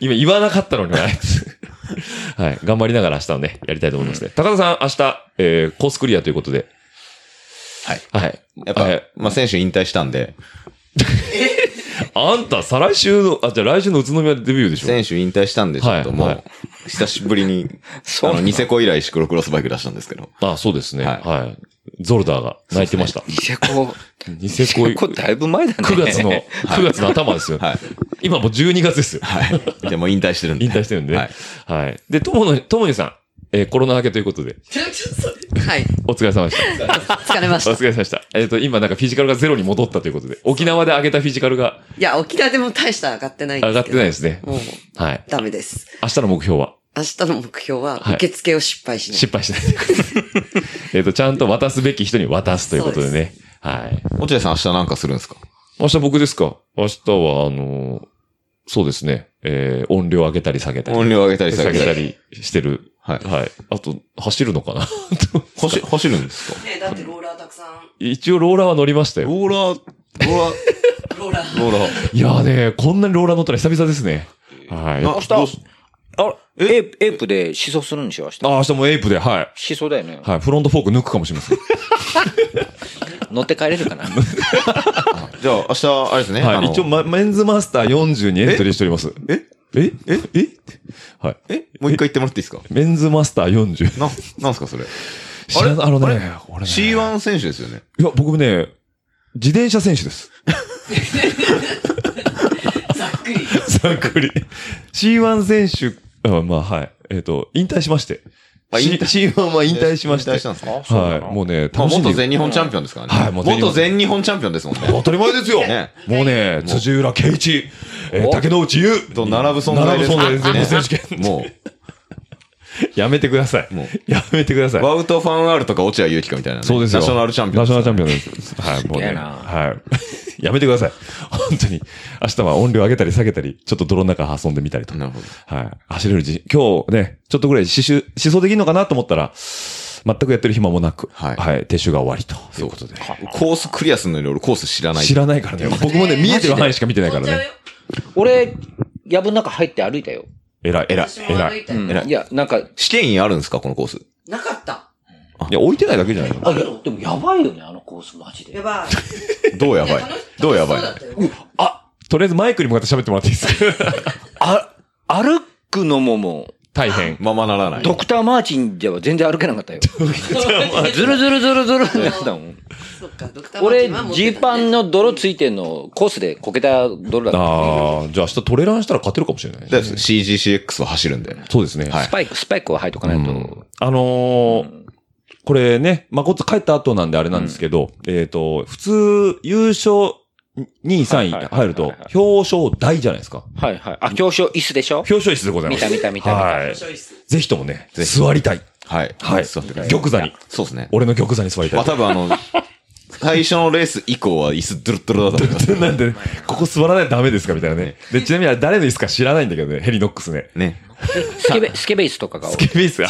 Speaker 5: 今言わなかったのに、あいつ。 はい。頑張りながら明日をね、やりたいと思いますね。高田さん、明日、えー、コースクリアということで。
Speaker 6: はい。
Speaker 5: はい。
Speaker 6: やっ
Speaker 5: は
Speaker 6: ぱ
Speaker 5: い、
Speaker 6: まあ、選手引退したんで、
Speaker 5: あんた、再来週の、あ、じゃあ来週の宇都宮でデビューでしょ
Speaker 6: 選手引退したんで、ちょっとも
Speaker 5: はいは
Speaker 6: う、久しぶり に、あの、ニセコ以来シクロクロスバイク出したんですけど。
Speaker 5: あ、そうですね。は。
Speaker 6: はいい
Speaker 5: ゾルダーが泣いてました。
Speaker 4: ニセコ、
Speaker 5: ニ
Speaker 4: ニ
Speaker 5: セ
Speaker 4: セコ
Speaker 5: コ、
Speaker 4: だいぶ前だね。
Speaker 5: 9月の、。9月の頭ですよ。
Speaker 6: はい。
Speaker 5: 今もう12月ですよ。
Speaker 6: はい。でもう引退してるんで。
Speaker 5: 引退してるんでね。は
Speaker 6: はいい。
Speaker 5: で、ともの、ともにさん、えーコロナ明けということで、
Speaker 7: はい。
Speaker 5: お疲れ様でした。
Speaker 7: 疲れまし
Speaker 5: お
Speaker 7: た。い
Speaker 5: 疲れ様でした。えっ、と、今なんかフィジカルがゼロに戻ったということで、沖縄で上げたフィジカルが
Speaker 7: や、沖縄でも大した上がってないんで
Speaker 5: 上
Speaker 7: す
Speaker 5: がっ
Speaker 7: け
Speaker 5: て
Speaker 7: ど。
Speaker 5: ないですね。
Speaker 7: もう、
Speaker 5: はい。
Speaker 7: ダメです。
Speaker 5: 明日の目標は
Speaker 7: 明日の目標は、
Speaker 5: はい
Speaker 7: 受付を失敗しない。
Speaker 5: 失敗しないという ことで。えっと、ちゃんと渡すべき人に渡すということでね。はい。
Speaker 6: 落合さん明日なんかするんですか
Speaker 5: 明日僕ですか明日は、あのーそうですね。えー音量上げたり下げたり。
Speaker 6: 音量上げたり下
Speaker 5: 下
Speaker 6: げ
Speaker 5: げ
Speaker 6: た
Speaker 5: た
Speaker 6: り。
Speaker 5: りしてる。
Speaker 6: はい。
Speaker 5: はい。あと、走るのかな
Speaker 6: 走、走るんですか
Speaker 7: ねだってローラーたくさん、
Speaker 5: 一応ローラーは乗りました
Speaker 6: ロ
Speaker 5: よ。
Speaker 6: ーラー、ローラ
Speaker 7: ローラー。
Speaker 6: ー、ローラー。
Speaker 5: いやーね、こんなにローラー乗ったら久々ですね。はい。あ
Speaker 6: な どうす
Speaker 4: あ、エイプ、エイプで思想するんでしょ明日。思
Speaker 5: 明日もエイプで、はい。
Speaker 4: 想だよね。
Speaker 5: はい。フロントフォーク抜くかもしれません。
Speaker 4: 乗って帰れるかな
Speaker 6: じゃあ明日、あれですね。あ
Speaker 5: はい。
Speaker 6: の
Speaker 5: 一応、ま、メンズマスター40にエントリーしております。
Speaker 6: え
Speaker 5: えええはい。
Speaker 6: えもう一回言ってもらっていいですか
Speaker 5: メンズマスター40。
Speaker 6: なん、なんすかそれ。
Speaker 5: 知らんあの
Speaker 6: あれ
Speaker 5: ね、俺ね
Speaker 6: C1 選手ですよね。
Speaker 5: いや、僕ね、自転車選手です。 ざっくり。ざっくり。C1 選手、あまあはい。えっ、と、引退しまして。
Speaker 6: あ引退
Speaker 5: C- C1 は引退しまして。
Speaker 6: 引退したんですか
Speaker 4: あ
Speaker 5: はい。もうね、
Speaker 6: まあ
Speaker 5: 楽しん
Speaker 6: 元
Speaker 5: で。
Speaker 6: 全日本チャンピオンですからね。
Speaker 5: はいもう全日本
Speaker 6: 元全日本チャンピオンですもんね。
Speaker 5: 当たり前ですよ。
Speaker 6: ね
Speaker 5: もうね、辻浦圭一、えー
Speaker 4: お
Speaker 5: 竹野内優。
Speaker 6: と並ぶ存在です
Speaker 5: 並ぶ存在です全日本選手権。
Speaker 6: も
Speaker 5: やめてください。
Speaker 6: もう
Speaker 5: やめてくださ
Speaker 6: う、
Speaker 5: い。
Speaker 6: ワウト・ファン・アールとか落合ゆうきかみたいなね。
Speaker 5: そうですよ。
Speaker 6: ナショナルチャンピオン。
Speaker 5: ナショナルチャ
Speaker 6: ン
Speaker 5: ンピオンです。はい、もう
Speaker 4: げえ
Speaker 5: ね。
Speaker 4: な
Speaker 5: はい。やめてください。本当に。明日は音量上げたり下げたり、ちょっと泥の中遊んでみたりと。
Speaker 6: なるほど。
Speaker 5: はい。走れる自信。今日ね、ちょっとぐらい刺繍、思想できるのかなと思ったら、全くやってる暇もなく、
Speaker 6: はい
Speaker 5: 撤収が終わりと。いうことで。
Speaker 6: コースクリアするのに俺コース知らない。
Speaker 5: 知らないからね。僕もね、見えてる範囲しか見てないか
Speaker 7: 飛
Speaker 5: ら
Speaker 7: んじゃう
Speaker 5: ね。
Speaker 7: よ。
Speaker 4: 俺、やぶの中入って歩いたよ。
Speaker 5: 偉い。偉い。
Speaker 7: 私も
Speaker 5: 偉
Speaker 7: 歩
Speaker 5: い。
Speaker 7: いた
Speaker 4: う
Speaker 7: よ
Speaker 4: ん
Speaker 6: 偉い
Speaker 4: いや、なんか、あ、い
Speaker 6: 試験員あるんですかこのコース。
Speaker 7: なかった。
Speaker 5: いや、置いてないだけじゃないの
Speaker 4: や、でもやばいよね、あのコース、マジで
Speaker 7: や。ばい。
Speaker 6: どうやばい
Speaker 7: や楽し
Speaker 6: どうやばい
Speaker 7: 楽しそうだったよ
Speaker 5: とりあえずマイクに向かって喋ってもらっていいですか
Speaker 4: あ、歩くのももう、
Speaker 5: 大変。
Speaker 6: ままならない。
Speaker 4: ドクターマーチンでは全然歩けなかった よ。 ずるずるずるずるってなったもん。
Speaker 7: そっか、ドクターマー
Speaker 4: 俺
Speaker 7: ティンは持、っ
Speaker 4: ジ
Speaker 7: て
Speaker 4: ー
Speaker 7: た
Speaker 4: パ
Speaker 7: ね
Speaker 4: ンの泥ついてんの、コースでこけた泥だった。
Speaker 5: ああ、じゃあ明日トレランしたら勝てるかもしれない
Speaker 6: だ。から CGCX は走るんで。
Speaker 5: そうですね。
Speaker 6: はい
Speaker 4: スパイク、スパイクは履いとかないと。
Speaker 5: あのーこれね、まこっつ帰った後なんであれなんですけど、えっ、と、普通、優勝2位、3位入ると、表彰台じゃないですか。
Speaker 4: はいはい。あ、表彰椅子でしょ
Speaker 5: 表彰室でございます。
Speaker 4: 見た見た見た見た
Speaker 5: はい。ぜひともね、
Speaker 6: ぜひ
Speaker 5: 座りたい。
Speaker 6: はい。
Speaker 5: はい。
Speaker 6: 座ってください
Speaker 5: 玉座に。
Speaker 6: そうですね。
Speaker 5: 俺の玉座に座りた
Speaker 6: まあ
Speaker 5: い。
Speaker 6: 多分あの、最初のレース以降は椅子ドゥルッドゥルだと思います。
Speaker 5: なん でね、ここ座らないとダメですかみたいなね。で、ちなみにあれ誰の椅子か知らないんだけどね、ヘリノックスね。
Speaker 6: ね。
Speaker 4: スケベ、スケベ椅子とかが多
Speaker 5: ス
Speaker 4: い
Speaker 5: ケ。ベースが、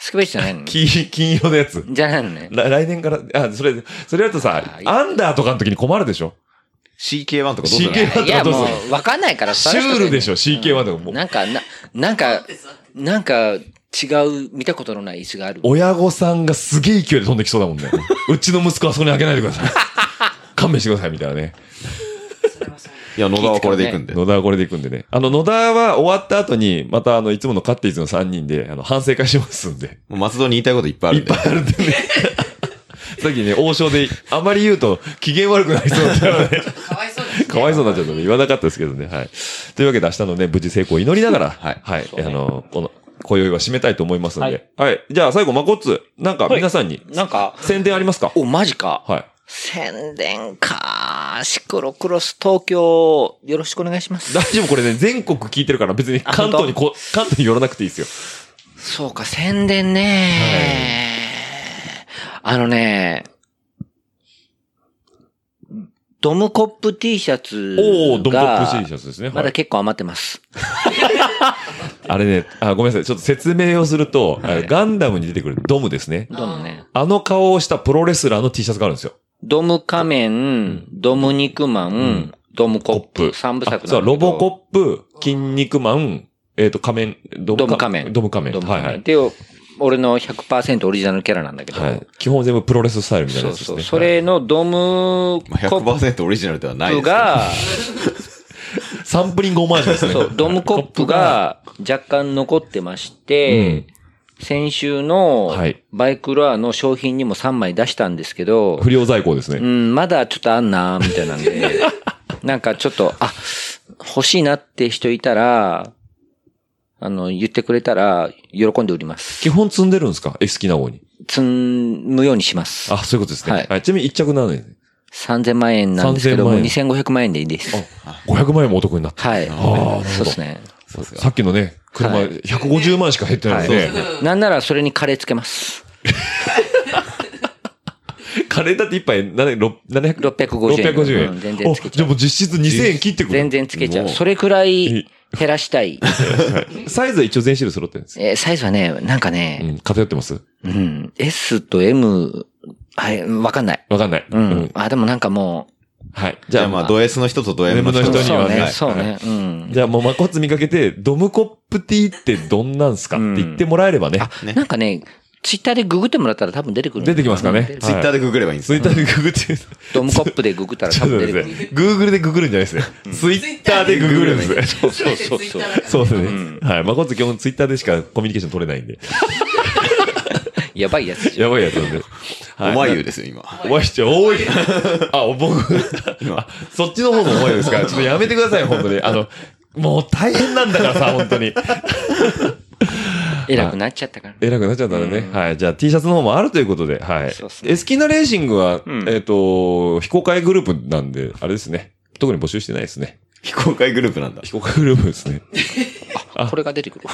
Speaker 4: スケベ椅子じゃないの
Speaker 5: 金金色のやつ。
Speaker 4: じゃないのね。
Speaker 5: ら来年から、あ、それ、それやるとさ
Speaker 4: あ、ー
Speaker 5: アンダーとかの時に困るでしょ
Speaker 6: CK1 とかどう
Speaker 5: ?CK1 と
Speaker 4: いや、
Speaker 5: かどう
Speaker 4: も
Speaker 5: する
Speaker 4: う、わかんないから、
Speaker 5: シュールでしょ ?CK1 とかもう。
Speaker 4: なんか、な、なんか、なんか違う、見たことのない椅子がある。
Speaker 5: 親御さんがすげえ勢いで飛んできそうだもん ね。うちの息子はそこにあげないで ください。勘弁してください、みたいなね。
Speaker 6: いや、野田はこれで行くんで。
Speaker 5: 野田はこれで行くんでね。あの、野田は終わった後に、またあの、いつものカッティーズの3人で、あの、反省会しますんで。
Speaker 6: もう松戸に言いたいこといっぱいあ
Speaker 5: い
Speaker 6: る
Speaker 5: っ
Speaker 6: んで
Speaker 5: ぱい。あるんで ね。さっきね、王将で、あまり言うと、機嫌悪くなりそうだったの で、
Speaker 7: かわいそうですね
Speaker 5: かわいそうになっちゃったので、言わなかったですけどね。はい。というわけで、明日のね、無事成功を祈りながら、
Speaker 6: はい
Speaker 5: はい。あの、この、今宵は締めたいと思いますので。はい。じゃあ、最後、まこっつ、なんか、皆さんに、
Speaker 4: なんか、
Speaker 5: 宣伝ありますか
Speaker 4: お、マジか。
Speaker 5: はい。
Speaker 4: 宣伝か。シクロクロス東京、よろしくお願いします
Speaker 5: 大。丈夫これね、全国聞いてるから別に
Speaker 4: あ
Speaker 5: 関東にこ、関東に寄らなくていいですよ。
Speaker 4: そうか、宣伝ね、あのね、ドムコップ T シャツ
Speaker 5: おおドンコッ
Speaker 4: が
Speaker 5: プシーシャツですね。
Speaker 4: ま
Speaker 5: は
Speaker 4: だ
Speaker 5: い
Speaker 4: 結構余ってます。
Speaker 5: あれね、あ、ごめんなさい。ちょっと説明をすると、あガンダムに出てくるドムですね。
Speaker 4: ドムね。
Speaker 5: あの顔をしたプロレスラーの T シャツがあるんですよ。
Speaker 4: ドム仮面、ドム肉マン、
Speaker 5: ん
Speaker 4: ドムコッ
Speaker 5: コッ
Speaker 4: プ。
Speaker 5: プ
Speaker 4: 三部作
Speaker 5: あそう、
Speaker 4: なんだけ
Speaker 5: ロ
Speaker 4: ど
Speaker 5: ボコップ、筋肉マン、えっ、と、仮面、ド
Speaker 4: ドム仮面。
Speaker 5: ドム仮面。
Speaker 4: ドム仮
Speaker 5: はいは
Speaker 4: 面。
Speaker 5: い。
Speaker 4: で、俺の100%オリジナルキャラなんだけど。
Speaker 5: はい。基本全部プロレススタイルみたい
Speaker 4: そ
Speaker 5: なや
Speaker 4: う
Speaker 5: つです
Speaker 4: そ
Speaker 5: ね。
Speaker 4: う。それのドム
Speaker 6: まあ
Speaker 4: コッ
Speaker 6: 100%オリジナルではない
Speaker 4: プ
Speaker 6: ですけど。
Speaker 4: が、
Speaker 5: サンプリングオマージュですね。
Speaker 4: そう、ドムコップが若干残ってまして、先週の
Speaker 5: はい
Speaker 4: バイクロアの商品にも3枚出したんですけど、
Speaker 5: 不良在庫です
Speaker 4: う
Speaker 5: ね。
Speaker 4: ん、まだちょっとあんな、みたいなん で、なんかちょっと、あ、欲しいなって人いたら、あの、言ってくれたら、喜んで売ります。
Speaker 5: 基本積んでるんですか ?S キな方に。
Speaker 4: 積むようにします。
Speaker 5: あ、そういうことですね。
Speaker 4: はい
Speaker 5: あちなみに一着なのに、
Speaker 4: 3000万円なんですけど
Speaker 5: 3000万
Speaker 4: も、
Speaker 5: 円
Speaker 4: 2500万円でいいです。
Speaker 5: 500万円もお得になった。
Speaker 4: はい。
Speaker 5: ほど
Speaker 4: そうですね。
Speaker 5: さっきのね、車
Speaker 4: はい
Speaker 5: 150万しか減ってないの
Speaker 4: は
Speaker 5: で
Speaker 4: い
Speaker 5: ね。
Speaker 4: なんならそれにカレーつけます。
Speaker 5: カレーだって一杯700 700
Speaker 4: 650円。
Speaker 5: 650円。
Speaker 4: うん全然つけ
Speaker 5: お
Speaker 4: ち
Speaker 5: じ
Speaker 4: ゃ
Speaker 5: ゃあ
Speaker 4: う
Speaker 5: も。う実質2000円切ってくる。
Speaker 4: 全然つけちゃう。
Speaker 5: も
Speaker 4: それくら
Speaker 5: い
Speaker 4: い
Speaker 5: い
Speaker 4: 減らした い。
Speaker 5: サイズは一応全種類揃ってるんです。
Speaker 4: えーサイズはね、なんか
Speaker 5: う
Speaker 4: ね、
Speaker 5: ん、偏ってます
Speaker 4: うん、S と M、はい、わかんない。
Speaker 5: わかんない。
Speaker 4: うん。。あ、でもなんかも
Speaker 5: はい。じ
Speaker 6: じ
Speaker 5: ゃ
Speaker 6: ゃ
Speaker 5: あ
Speaker 6: あ
Speaker 5: ま
Speaker 6: ま
Speaker 5: あ、
Speaker 6: あ、ド S の人とド M の
Speaker 4: う、
Speaker 6: 人
Speaker 5: 人
Speaker 6: に
Speaker 5: に
Speaker 6: は
Speaker 4: そう
Speaker 6: は
Speaker 4: ね、
Speaker 6: い
Speaker 4: そうね、うん。
Speaker 5: じゃあもうマコツ見かけて、ドムコップティーってどんなんすかって言ってもらえればね。
Speaker 6: ね
Speaker 4: なんかね、ツイッターでググってもらったら多分出てくる。
Speaker 5: 出てきますかね
Speaker 4: うん出てくる
Speaker 5: はい
Speaker 6: ツイッターでググればいいんです
Speaker 5: ツ
Speaker 6: ね
Speaker 5: イッターでググって、
Speaker 4: ドムコップでググったら
Speaker 5: ち
Speaker 4: 多
Speaker 5: ょっと
Speaker 4: 分出
Speaker 5: 待
Speaker 4: て
Speaker 5: って
Speaker 4: くる。
Speaker 5: ください。グーグルでググるんじゃないですね。ツイッターでググるんですね。
Speaker 7: そうそうそう。
Speaker 5: そうですね。はい。まあ、こっち基本ツイッターでしかコミュニケーション取れないんで。
Speaker 4: やばいやつじゃん。
Speaker 5: やばいやつなん で。は
Speaker 6: おまゆ
Speaker 5: う。
Speaker 6: ですよ、今。
Speaker 5: おまゆちゃん、多い。あ、お僕、あそっちの方のおまゆです から。ちょっとやめてください、本当に。あの、もう大変なんだからさ、本当に。
Speaker 4: 偉くなっちゃったから。
Speaker 5: 偉くなっちゃったらね。はい。じゃあ T シャツの方もあるということで、はい。
Speaker 4: そうっすね
Speaker 5: エスキーナレーシングは、
Speaker 4: ん
Speaker 5: えっ、と、非公開グループなんで、あれですね。特に募集してないですね。
Speaker 6: 非公開グループなんだ。
Speaker 5: 非公開グループですね。
Speaker 4: これが出てくる。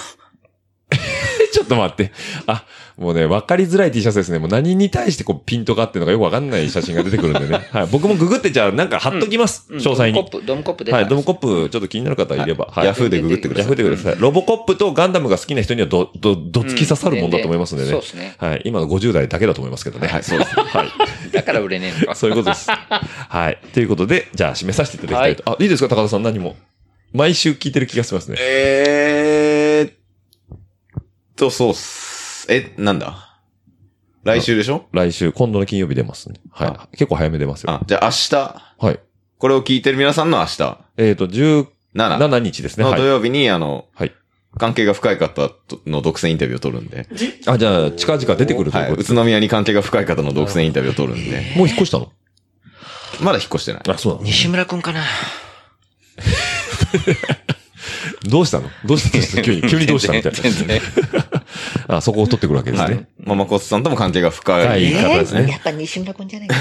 Speaker 5: ちょっと待って。あ、もうね、わかりづらい T シャツですね。もう何に対してこうピントかっていうのがよくわかんない写真が出てくるんでね。はい。僕もググってじゃあなんか貼っときます。詳細に
Speaker 4: ドム。コップ、ドムコップ出た
Speaker 5: はい。ドムコップ、ちょっと気になる方いれば。はい。
Speaker 6: ヤフーでググってくだ
Speaker 5: ヤ
Speaker 6: さ
Speaker 5: フー
Speaker 6: い。
Speaker 5: でください。ロボコップとガンダムが好きな人にはど、ど、どつき刺さるもんだと思いますんでね。
Speaker 4: うん全然そうっすね
Speaker 5: はい。今の50代だけだと思いますけどね。
Speaker 6: はい、そうです。
Speaker 5: はい。
Speaker 4: だから売れねえのか。
Speaker 5: そういうことです。はい。ということで、じゃあ締めさせていただきたいと。あ、いいですか高田さん何も。毎週聞いてる気がしますね。
Speaker 6: えーっと、そうっす。え、なんだ来週でしょ
Speaker 5: 来週、今度の金曜日出ますね。はい。結構早め出ますよ。
Speaker 6: あ、じゃあ明日、
Speaker 5: はい。
Speaker 6: これを聞いてる皆さんの明日、
Speaker 5: えっ、と、17
Speaker 6: 7
Speaker 5: 日ですね。
Speaker 6: の
Speaker 5: は
Speaker 6: 土
Speaker 5: い。
Speaker 6: 曜日に、あの、
Speaker 5: はい。
Speaker 6: 関係が深い方との独占インタビューを取るんで、
Speaker 5: あ、じゃあ、近々出てくるという
Speaker 6: はい、
Speaker 5: こ
Speaker 6: 宇
Speaker 5: とで。
Speaker 6: 都宮に関係が深い方の独占インタビューを取るんで、
Speaker 5: もう引っ越したの
Speaker 6: まだ引っ越してない。
Speaker 5: あ、そうなの
Speaker 4: 西村くんかな。
Speaker 5: どうしたのどうした の急に、急にどうしたみたいな。あ、そこを取ってくるわけです
Speaker 6: は
Speaker 5: ね
Speaker 6: い。。ママコスさんとも関係が
Speaker 5: は
Speaker 6: 深
Speaker 5: い、い
Speaker 6: い
Speaker 5: い方ですね。
Speaker 1: やっぱ西村君じゃないか。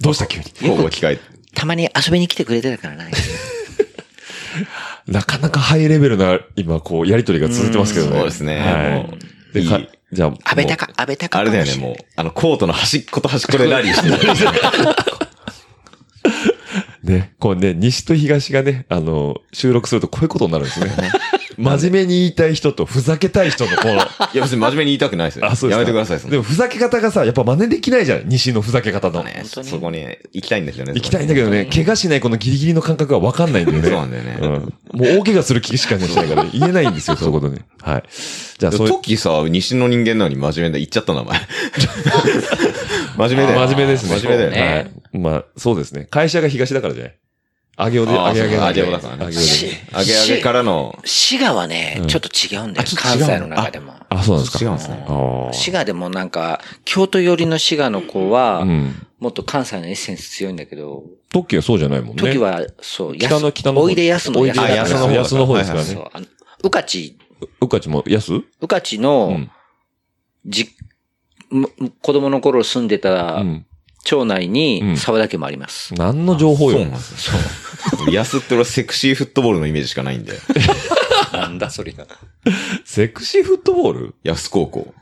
Speaker 5: どうした急に。
Speaker 6: 交互機会。
Speaker 4: たまに遊びに来てくれてたからな。
Speaker 5: なかなかハイレベルな、今、こう、やりとりが続いてますけどね。
Speaker 6: そうですね
Speaker 5: は
Speaker 6: も
Speaker 5: い。で、か
Speaker 6: いい
Speaker 5: じゃあ、
Speaker 4: 安倍高、安倍高。
Speaker 6: あれだよね、もう、あの、コートの端っこと端っこでラリーしてる。
Speaker 5: ね、こうね、西と東がね、あの、収録するとこういうことになるんですね。 真面目に言いたい人とふざけたい人のこの、
Speaker 6: いや、別に真面目に言いたくないですよ。
Speaker 5: あ、そうです
Speaker 6: や
Speaker 5: か
Speaker 6: めてください、その
Speaker 5: でもふざけ方がさ、やっぱ真似できないじゃん。西のふざけ方の。
Speaker 6: ね、
Speaker 4: 本当に
Speaker 6: そこに行きたいんですよね。
Speaker 5: 行きたいんだけどね、怪我しないこのギリギリの感覚がわかんないんだよね。
Speaker 6: そうなんだよね
Speaker 5: うんもう大怪我する気しかしないからね、言えないんで すよ、そういうことね。はい。じゃあ、
Speaker 6: で
Speaker 5: そ
Speaker 6: も
Speaker 5: ういう
Speaker 6: ト。キさ、西の人間なのに真面目で言っちゃった 名前。真面目だよ。
Speaker 5: 真面目ですね。
Speaker 6: 真面目だよね。
Speaker 4: ね
Speaker 5: はい。まあ、そうですね。会社が東だからじゃない。あげおで、
Speaker 6: あー
Speaker 5: あげあげなん
Speaker 6: そうか上尾だからね
Speaker 5: 上尾で
Speaker 4: し
Speaker 6: あげあげからの、
Speaker 4: 滋賀はね、
Speaker 5: ん
Speaker 4: ちょっと違うんだよ
Speaker 6: あ。ちょっと違う
Speaker 4: 関
Speaker 6: の
Speaker 4: 西の中でも。
Speaker 5: あ、そうなんですか。
Speaker 6: 違うんですね。
Speaker 5: あー
Speaker 4: 滋賀でもなんか、京都寄りの滋賀の子は、
Speaker 5: うん。
Speaker 4: もっと関西のエッセンス強いんだけど、
Speaker 5: トッキーはそうじゃないもんね。
Speaker 4: 時は、そう、
Speaker 5: 北の北の方
Speaker 4: おいでやすの
Speaker 5: おいで
Speaker 6: あ安の方
Speaker 5: 安の方ですから
Speaker 6: 安
Speaker 5: ね。
Speaker 4: そう、あの、うかち、
Speaker 5: うかちも安う
Speaker 4: うかちの
Speaker 5: ん。
Speaker 4: じ、む子供の頃住んで
Speaker 5: う
Speaker 4: た
Speaker 5: ん。
Speaker 4: 町内
Speaker 5: う
Speaker 4: に
Speaker 5: ん
Speaker 4: 沢田家もあります。
Speaker 5: 何の情報
Speaker 6: そう
Speaker 5: よ
Speaker 6: なん。ですよ。安って俺はセクシーフットボールのイメージしかない んで。
Speaker 4: なんだそれが。
Speaker 5: セクシーフットボール
Speaker 6: 安高校。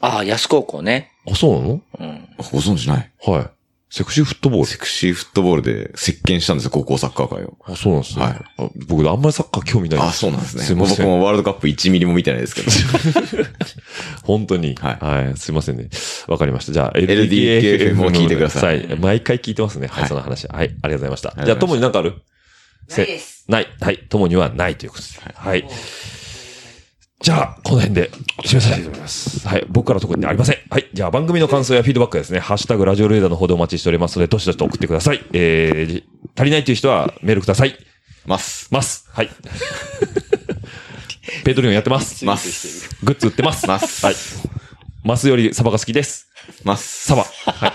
Speaker 4: ああ、安高校ね。
Speaker 5: あ、そうなの
Speaker 4: うん。
Speaker 6: ご存知ない
Speaker 5: はい。セクシーフットボー
Speaker 6: セクシーフットボールで席巻したんですよ、高校サッカー界を。
Speaker 5: ル。あ、そうなんですね。
Speaker 6: は
Speaker 5: はいい。僕、あんまりサッカー興味ない
Speaker 6: あ、そうなんですね。
Speaker 5: すいませ
Speaker 6: 僕
Speaker 5: ん。
Speaker 6: もワールドカップ1ミリも見てないです けど。
Speaker 5: 本当に。
Speaker 6: はい
Speaker 5: はい。すいませんね。わかりました。じゃあ、
Speaker 6: LDKFM を聞いてください
Speaker 5: はい。毎回聞いてますね。は。
Speaker 6: はいい
Speaker 5: その話。はい。ありがとうございました。
Speaker 6: りがとうございました
Speaker 5: じゃあ、ともになんかある
Speaker 7: ないです。
Speaker 5: ない。はい。ともにはないということです。はい。じゃあ、この辺で締めさせていただきます。はい。僕から特にありません。はい。じゃあ、番組の感想やフィードバックはですね、ハッシュタグラジオレーダーの方でお待ちしておりますので、どしどしと送ってください。えー、足りないという人はメールください。
Speaker 6: ます。
Speaker 5: ます。はい。 ペトリオンやってます。
Speaker 6: ます。
Speaker 5: グッズ売ってます。
Speaker 6: ます
Speaker 5: はい。マスよりサバが好きです。
Speaker 6: ます。
Speaker 5: サバ。はい。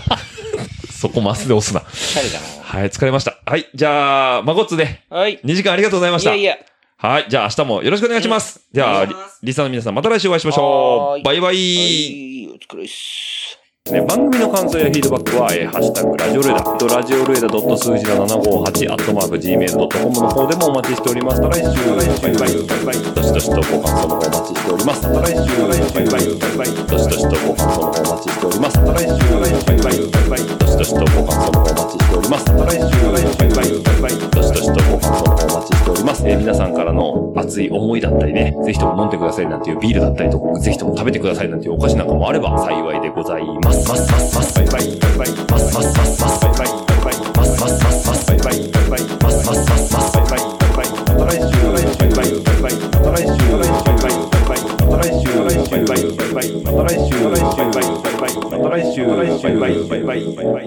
Speaker 5: そこマスで押すな。
Speaker 4: 誰だな。
Speaker 5: はい、疲れました。はい、じゃあ、マゴッツで
Speaker 4: はい。
Speaker 5: 2時間ありがとうございま
Speaker 4: い
Speaker 5: した。
Speaker 4: やいや。
Speaker 5: はい、じゃあ明日もよろしくお願いします。じゃあ、
Speaker 7: お願い
Speaker 5: リ
Speaker 7: します
Speaker 5: リサの皆さんまた来週お会いしましょ
Speaker 4: はー
Speaker 5: う。
Speaker 4: い
Speaker 5: バイバ
Speaker 4: は
Speaker 5: イ。
Speaker 4: い、お疲れっす。
Speaker 5: ね、番組の感想やフィードバックは、えーハッシュタグラジオルエダ、えっとラジオルエダ数字の758、アットマーク、gmail.com の方でもお待ちしております。また来週、バイバイ、バイバイ、どしどしとご感想の方お待ちしております。また来週、バイバイ、バイバイ、どしどしとご感想の方お待ちしております。また来週、バイバイ、バイバイ、どしどしとご感想の方お待ちしております。また来週、バイバイ、バイバイ、どしどしとご感想の方お待ちしております。えー皆さんからの熱い思いだったりね、ぜひとも飲んでくださいなんていうビールだったりとか、ぜひとも食べてくださいなんていうお菓子なんかもあれば幸いでございます。ますますますバイバイバイバイますますますますバイバイバイバイますますますますバイバイバイバイますますますますバイバイバイバイまた来週バイバイバイバイまた来週バイバイバイバイまた来週バイバイバイバイまた来週バイバイバイバイまた来週バイバイバイバイバイバイバイバイバ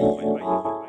Speaker 5: イ